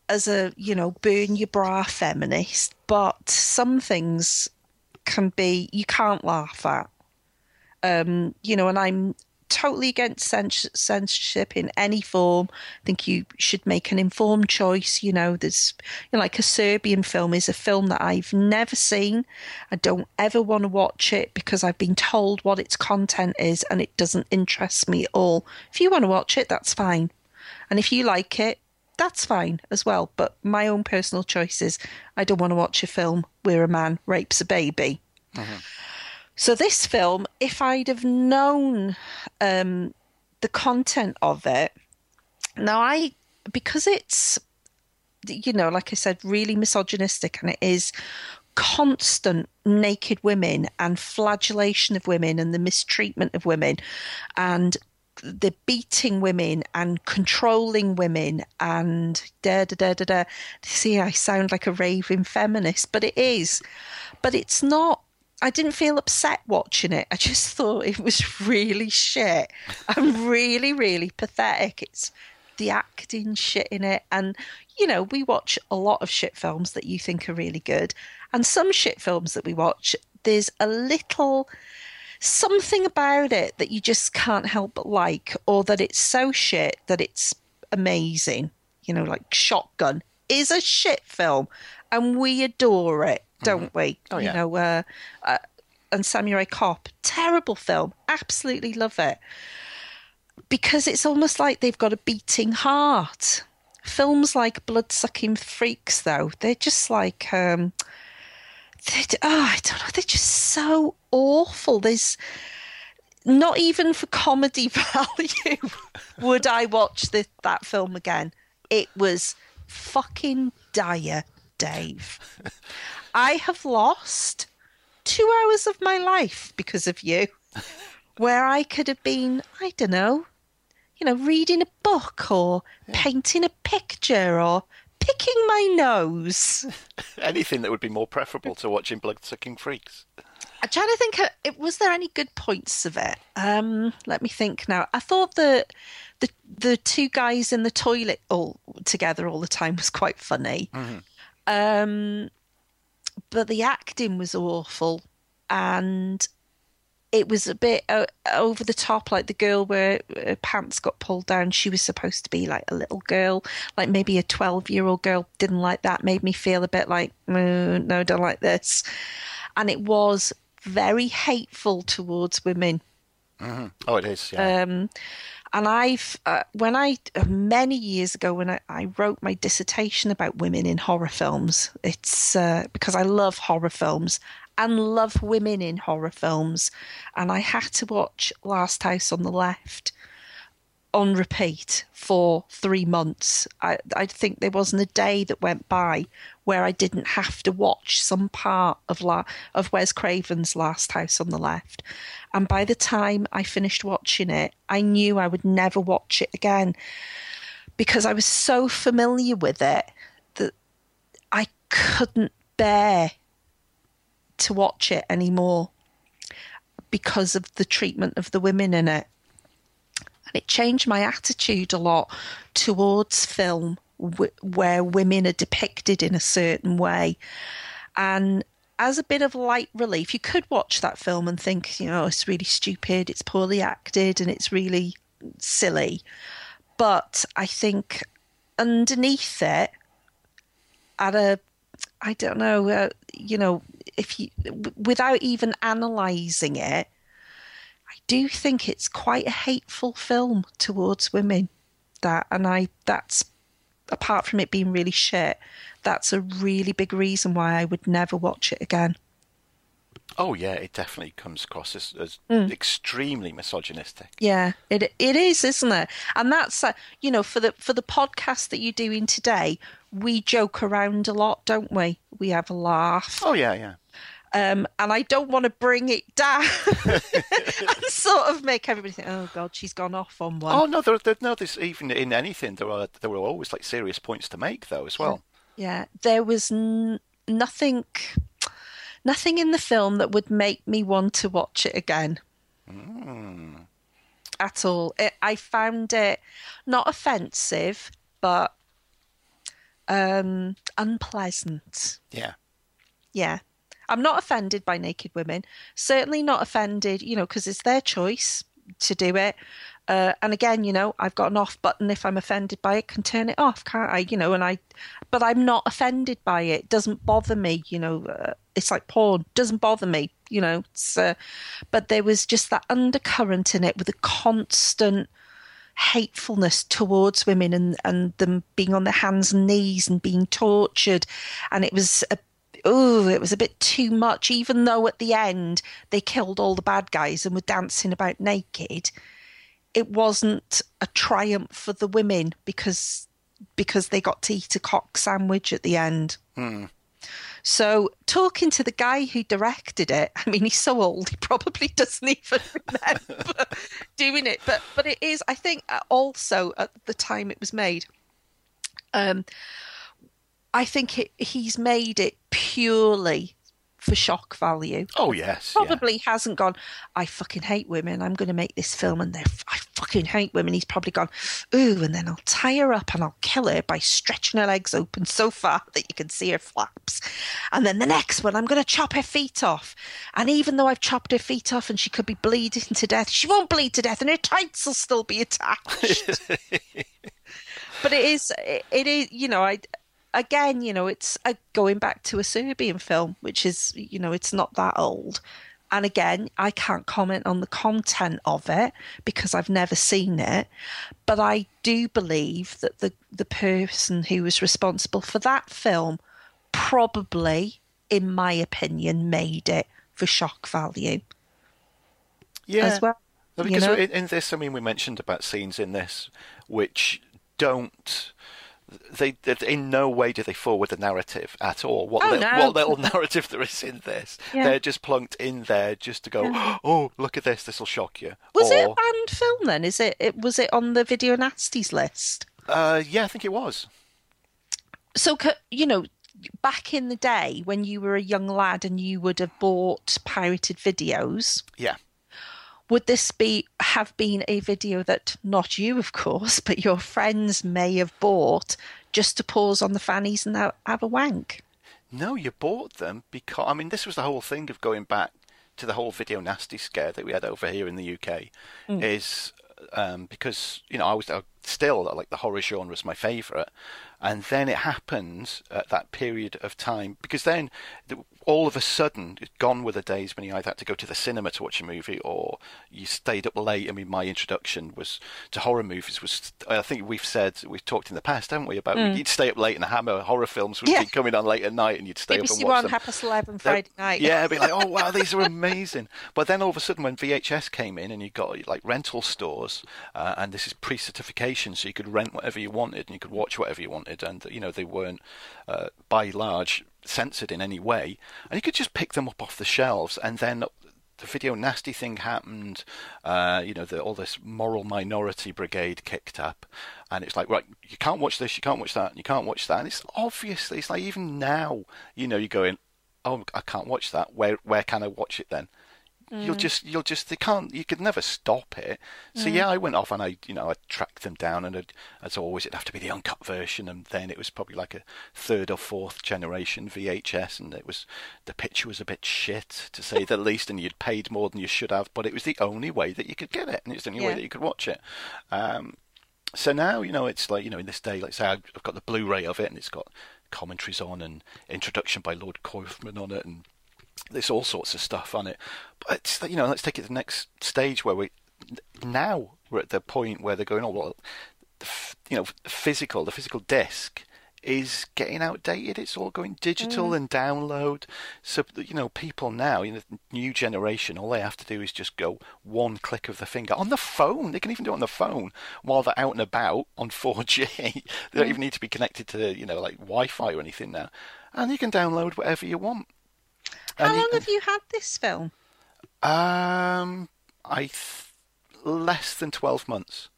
as a you know burn your bra feminist, but some things can be you can't laugh at. Um, you know, and I'm totally against cens- censorship in any form. I think you should make an informed choice. You know, there's you know, like a Serbian film is a film that I've never seen. I don't ever want to watch it because I've been told what its content is, and it doesn't interest me at all. If you want to watch it, that's fine, and if you like it. That's fine as well, but my own personal choices. I don't want to watch a film where a man rapes a baby. So this film, if I'd have known um, the content of it, now I because it's you know like I said, really misogynistic and it is constant naked women and flagellation of women and the mistreatment of women and the beating women and controlling women and da da da da da. See, I sound like a raving feminist, but it is. But it's not. I didn't feel upset watching it. I just thought it was really shit and really, really pathetic. It's the acting shit in it. And, you know, we watch a lot of shit films that you think are really good. And some shit films that we watch, there's a little something about it that you just can't help but like, or that it's so shit that it's amazing. You know, like Shotgun is a shit film, and we adore it, don't we? Oh, yeah. You know, uh, uh, and Samurai Cop, terrible film, absolutely love it because it's almost like they've got a beating heart. Films like Blood Sucking Freaks, though, they're just like, um, they oh, I don't know, they're just so awful. There's not even for comedy value would I watch this, that film again. It was fucking dire, Dave. I have lost two hours of my life because of you, where I could have been, I don't know, you know, reading a book or painting a picture or picking my nose. Anything that would be more preferable to watching blood sucking freaks. I'm trying to think. uh, It was there any good points of it? Um, let me think now. I thought that the the two guys in the toilet all together all the time was quite funny, um, but the acting was awful, and it was a bit uh, over the top. Like the girl where her pants got pulled down, she was supposed to be like a little girl, like maybe a twelve year old girl. Didn't like that. Made me feel a bit like "Mm, no, don't like this and it was very hateful towards women. Oh, it is, yeah. Um, and I've, uh, when I, many years ago, when I, I wrote my dissertation about women in horror films, it's uh, because I love horror films and love women in horror films. And I had to watch Last House on the Left on repeat for three months. I, I think there wasn't a day that went by where I didn't have to watch some part of La- of Wes Craven's Last House on the Left. And by the time I finished watching it, I knew I would never watch it again because I was so familiar with it that I couldn't bear to watch it anymore because of the treatment of the women in it and it changed my attitude a lot towards film w- where women are depicted in a certain way and as a bit of light relief, you could watch that film and think, you know, it's really stupid, it's poorly acted, and it's really silly. But I think underneath it, at a, I don't know, uh, you know, if you, w- without even analysing it, I do think it's quite a hateful film towards women. That, and I, that's apart from it being really shit, that's a really big reason why I would never watch it again. Oh yeah, it definitely comes across as, as Hmm. extremely misogynistic. Yeah, it it is, isn't it? And that's uh, you know for the for the podcast that you're doing today, we joke around a lot, don't we? We have a laugh, Oh yeah, yeah. um, and I don't want to bring it down and sort of make everybody think, oh god, she's gone off on one. Oh no, there, there, no. There's even in anything there are there were always like serious points to make though Hmm. as well. Yeah, there was n- nothing, nothing in the film that would make me want to watch it again. At all, it, I found it not offensive, but um, unpleasant. Yeah. Yeah, I'm not offended by naked women. Certainly not offended, you know, because it's their choice to do it. Uh, and again, you know, I've got an off button. If I'm offended by it, can turn it off, can't I? You know, and I, but I'm not offended by it. It Doesn't bother me. You know, uh, it's like porn. Doesn't bother me. You know, it's, uh, but there was just that undercurrent in it with a constant hatefulness towards women and, and them being on their hands and knees and being tortured. And it was, a, oh, it was a bit too much, even though at the end they killed all the bad guys and were dancing about naked. It wasn't a triumph for the women because because they got to eat a cock sandwich at the end. So talking to the guy who directed it, I mean, he's so old, he probably doesn't even remember doing it. But but it is, I think, uh, also at the time it was made. Um, I think it, he's made it purely for shock value. Oh yes. yeah. Probably hasn't gone. I fucking hate women. I'm going to make this film, and they're f- I fucking hate women. He's probably gone. Ooh, and then I'll tie her up and I'll kill her by stretching her legs open so far that you can see her flaps. And then the next one, I'm going to chop her feet off. And even though I've chopped her feet off and she could be bleeding to death, she won't bleed to death, and her tights will still be attached. but it is it, it is you know i again you know it's uh, going back to a serbian film which is you know it's not that old and again i can't comment on the content of it because i've never seen it but i do believe that the the person who was responsible for that film probably in my opinion made it for shock value yeah. as well, No, you because know? in, in this, I mean, we mentioned about scenes in this which don't. They, they in no way do they forward the narrative at all. What Oh, little, no. what little narrative there is in this? Yeah. They're just plunked in there just to go. Oh, look at this! This will shock you. was it a or, banned film then is it, it was it on the video nasties list Uh, yeah, I think it was. so c- you know back in the day when you were a young lad and you would have bought pirated videos Yeah. would this be have been a video that not you of course but your friends may have bought just to pause on the fannies and ha- have a wank No, you bought them because I mean this was the whole thing of going back to the whole video nasty scare that we had over here in the UK is um, because you know I was I, still like the horror genre was my favourite, and then it happened at that period of time because then the, all of a sudden gone were the days when you either had to go to the cinema to watch a movie or you stayed up late. I mean my introduction was to horror movies was I think we've said we've talked in the past, haven't we, about you'd stay up late and hammer horror films would Yeah. be coming on late at night and you'd stay up BBC and watch One them. half past eleven They're- Friday night Yeah, it'd be like, oh wow, these are amazing. But then all of a sudden, when VHS came in and you got like rental stores, uh, and this is pre-certification, so you could rent whatever you wanted and you could watch whatever you wanted, and you know they weren't uh, by large censored in any way, and you could just pick them up off the shelves, and then. The video nasty thing happened, uh, you know, the, all this moral minority brigade kicked up, and it's like, right, you can't watch this, you can't watch that, and you can't watch that. And it's obviously, it's like even now, you know, you're going, oh, I can't watch that. Where where can I watch it then? you'll just you'll just they can't you could never stop it. So yeah, I went off and I you know I tracked them down and it, as always it'd have to be the uncut version and then it was probably like a third or fourth generation VHS and it was the picture was a bit shit to say the least and you'd paid more than you should have but it was the only way that you could get it and it's the only way Yeah. that you could watch it. Um, so now you know it's like you know in this day like say I've I've got the Blu-ray of it and it's got commentaries on and introduction by Lord Kaufman on it and there's all sorts of stuff on it but it's like, you know let's take it to the next stage where we now we're at the point where they're going oh well the, f- you know physical the physical disc is getting outdated it's all going digital and download so you know people now you know the new generation all they have to do is just go one click of the finger on the phone they can even do it on the phone while they're out and about on 4g they don't even need to be connected to you know like wi-fi or anything now and you can download whatever you want How And you- long have you had this film? um i th- less than 12 months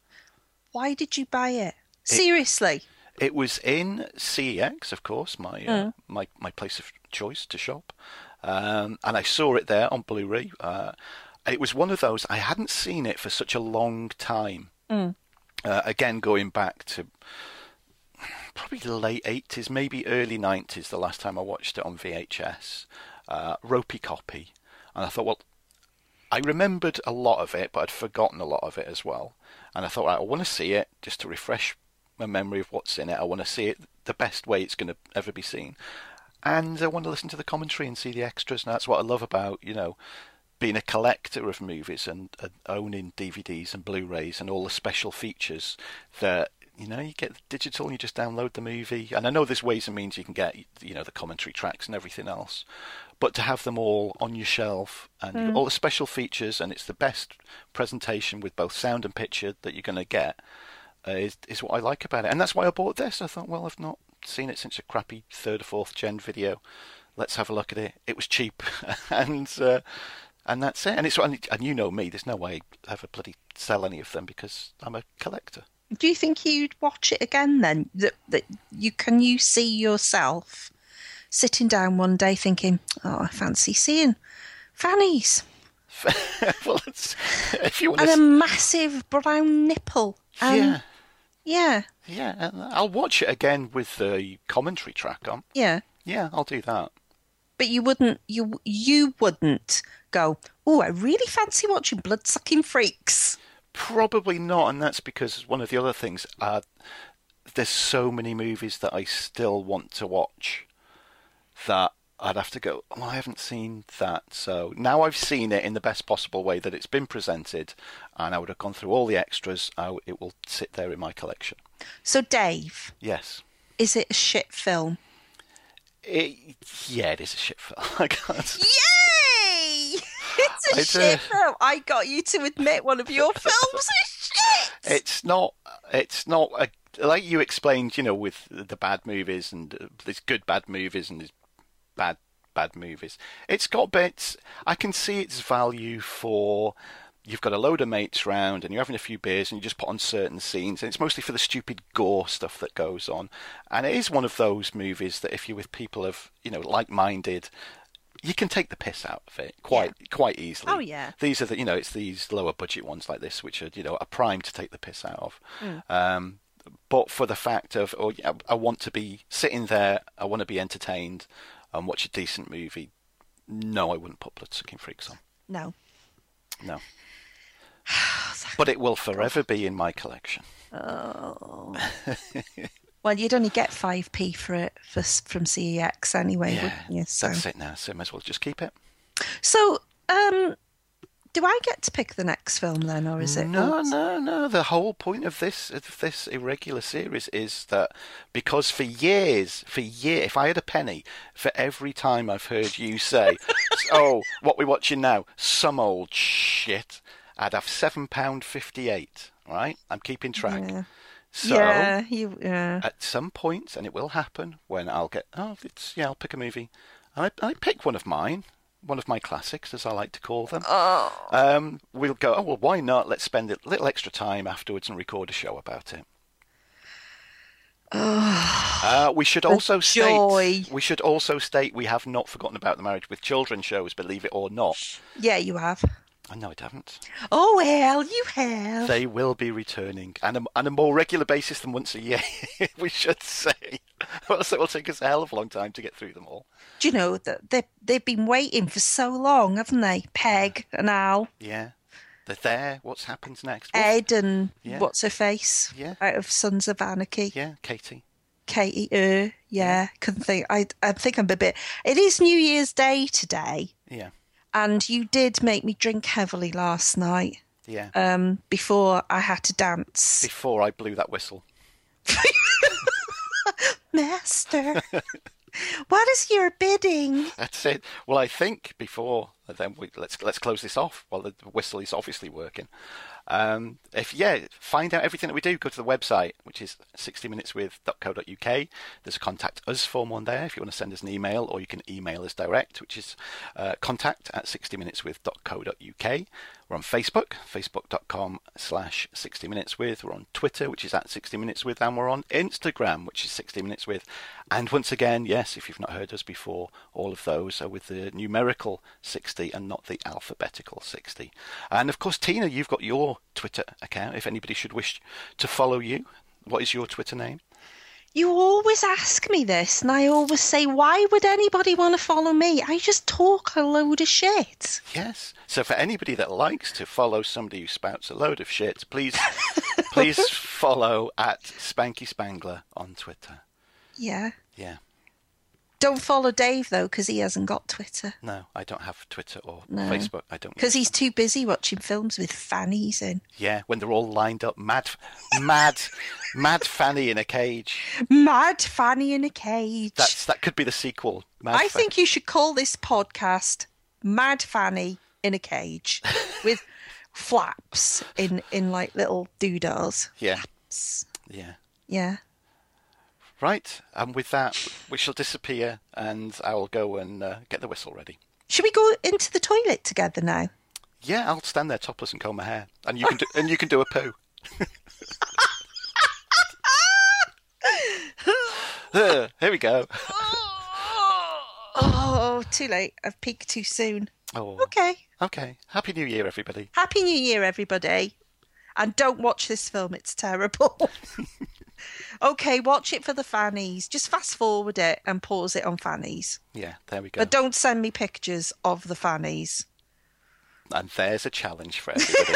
Why did you buy it? Seriously. It was in CEX, of course, my uh, my my place of choice to shop, um, and I saw it there on Blu-ray. Uh, it was one of those I hadn't seen it for such a long time. Uh, again, going back to probably the late eighties, maybe early nineties. The last time I watched it on VHS, uh, ropey copy, and I thought, well, I remembered a lot of it, but I'd forgotten a lot of it as well. And I thought, right, I want to see it just to refresh my memory of what's in it. I want to see it the best way it's going to ever be seen. And I want to listen to the commentary and see the extras. And that's what I love about, you know, being a collector of movies and, and owning DVDs and Blu rays and all the special features that. You know, you get the digital and you just download the movie. And I know there's ways and means you can get, you know, the commentary tracks and everything else but to have them all on your shelf and you've got all the special features and it's the best presentation with both sound and picture that you're going to get uh, is is what I like about it and that's why I bought this I thought well I've not seen it since a crappy third or fourth gen video let's have a look at it it was cheap and uh, and that's it and it's and and you know me there's no way I ever bloody sell any of them because I'm a collector Do you think you'd watch it again then? That, that you can you see yourself sitting down one day thinking, "Oh, I fancy seeing Fanny's well it's, if you want and a to massive brown nipple." Um, yeah yeah, yeah and I'll watch it again with the commentary track on yeah. Yeah, I'll do that. But you wouldn't. You you wouldn't go. Oh, I really fancy watching blood sucking freaks. Probably not, and that's because one of the other things uh, there's so many movies that I still want to watch that I'd have to go. Well, I haven't seen that, so now I've seen it in the best possible way that it's been presented, and I would have gone through all the extras. I, it will sit there in my collection. So, Dave, Yes. is it a shit film? It, yeah, it is a shit film. I can't. Yay! It's a It's shit a- film. I got you to admit one of your films is shit. It's not. It's not a, like you explained. You know, with the bad movies and uh, there's good bad movies and there's bad bad movies. It's got bits. I can see its value for. You've got a load of mates round and you're having a few beers and you just put on certain scenes and it's mostly for the stupid gore stuff that goes on. And it is one of those movies that if you're with people of, you know, like minded, you can take the piss out of it quite quite easily. Oh, yeah. These are the you know, it's these lower budget ones like this which are, you know, a prime to take the piss out of. Mm. Um but for the fact of oh, yeah, I want to be sitting there, I want to be entertained and watch a decent movie. No, I wouldn't put Bloodsucking Freaks on. No. No. Oh, But it will forever be in my collection. Well, you'd only get five p for it for, from CEX anyway, wouldn't you? So, That's it now, so may as well just keep it. so um, do I get to pick the next film then, or is it? No, no, no. The whole point of this of this irregular series is that because for years, for year, if I had a penny for every time I've heard you say, "Oh, what we're watching now, some old shit," I'd have seven pound fifty-eight. Right? I'm keeping track. Yeah. So yeah, you. Yeah. at some point, and it will happen, when I'll get, oh, it's, yeah, I'll pick a movie. And I, I pick one of mine, one of my classics, as I like to call them. Oh. Um, we'll go, oh, well, why not? Let's spend a little extra time afterwards and record a show about it. Uh, we should also joy. state we should also state we have not forgotten about the marriage with children shows, believe it or not. Yeah, you have. Oh, no, it haven't. Oh well, you have. They will be returning, and a, on a more regular basis than once a year. we should say, or else it will take us a hell of a long time to get through them all. Do you know that they they've been waiting for so long, haven't they? Peg and Al, Yeah, they're there. What's happens next? What's- Ed and Yeah. what's her face Yeah. out of Sons of Anarchy. Yeah, Katie. Katie Ur, yeah, couldn't think. I I think I'm a bit. It is New Year's Day today, Yeah, and you did make me drink heavily last night. yeah. Um, before I had to dance, Before I blew that whistle, Master. what is your bidding? that's it. Well, I think before uh, then we, let's let's close this off. Well, the whistle is obviously working. Um, if yeah, find out everything that we do. Go to the website, which is 60minuteswith.co.uk. There's a contact us form on there if you want to send us an email, or you can email us direct, which is uh, contact at 60minuteswith.co.uk. We're on Facebook, facebook.com slash 60minuteswith. We're on Twitter, which is at 60minuteswith, and we're on Instagram, which is 60minuteswith. And once again, yes, if you've not heard us before, all of those are with the numerical 60 and not the alphabetical 60. And of course, Tina, you've got your Twitter account if anybody should wish to follow you. What is your Twitter name? You always ask me this, and I always say, why would anybody want to follow me? I just talk a load of shit. Yes. So for anybody that likes to follow somebody who spouts a load of shit, please please follow at Spanky Spangler on Twitter. Yeah. Yeah. Don't follow Dave, though, because he hasn't got Twitter. No, I don't have Twitter or No. Facebook. I don't. Because use he's too busy watching films with fannies in. them. yeah, when they're all lined up, mad, mad, mad Fanny in a cage. Mad Fanny in a Cage. That's that could be the sequel. Mad I Fa- think you should call this podcast Mad Fanny in a Cage with flaps in, in like little doodles. Yeah, Flaps. yeah. Yeah. Right, and with that, we shall disappear, and I will go and uh, get the whistle ready. Should we go into the toilet together now? Yeah, I'll stand there topless and comb my hair, and you can do, and you can do a poo. Uh, Here we go. Oh, too late. I've peaked too soon. Oh, Okay. okay. Happy New Year, everybody. Happy New Year, everybody. And don't watch this film, it's terrible. okay, watch it for the fannies. Just fast forward it and pause it on fannies. Yeah, there we go. But don't send me pictures of the fannies. And there's a challenge for everybody.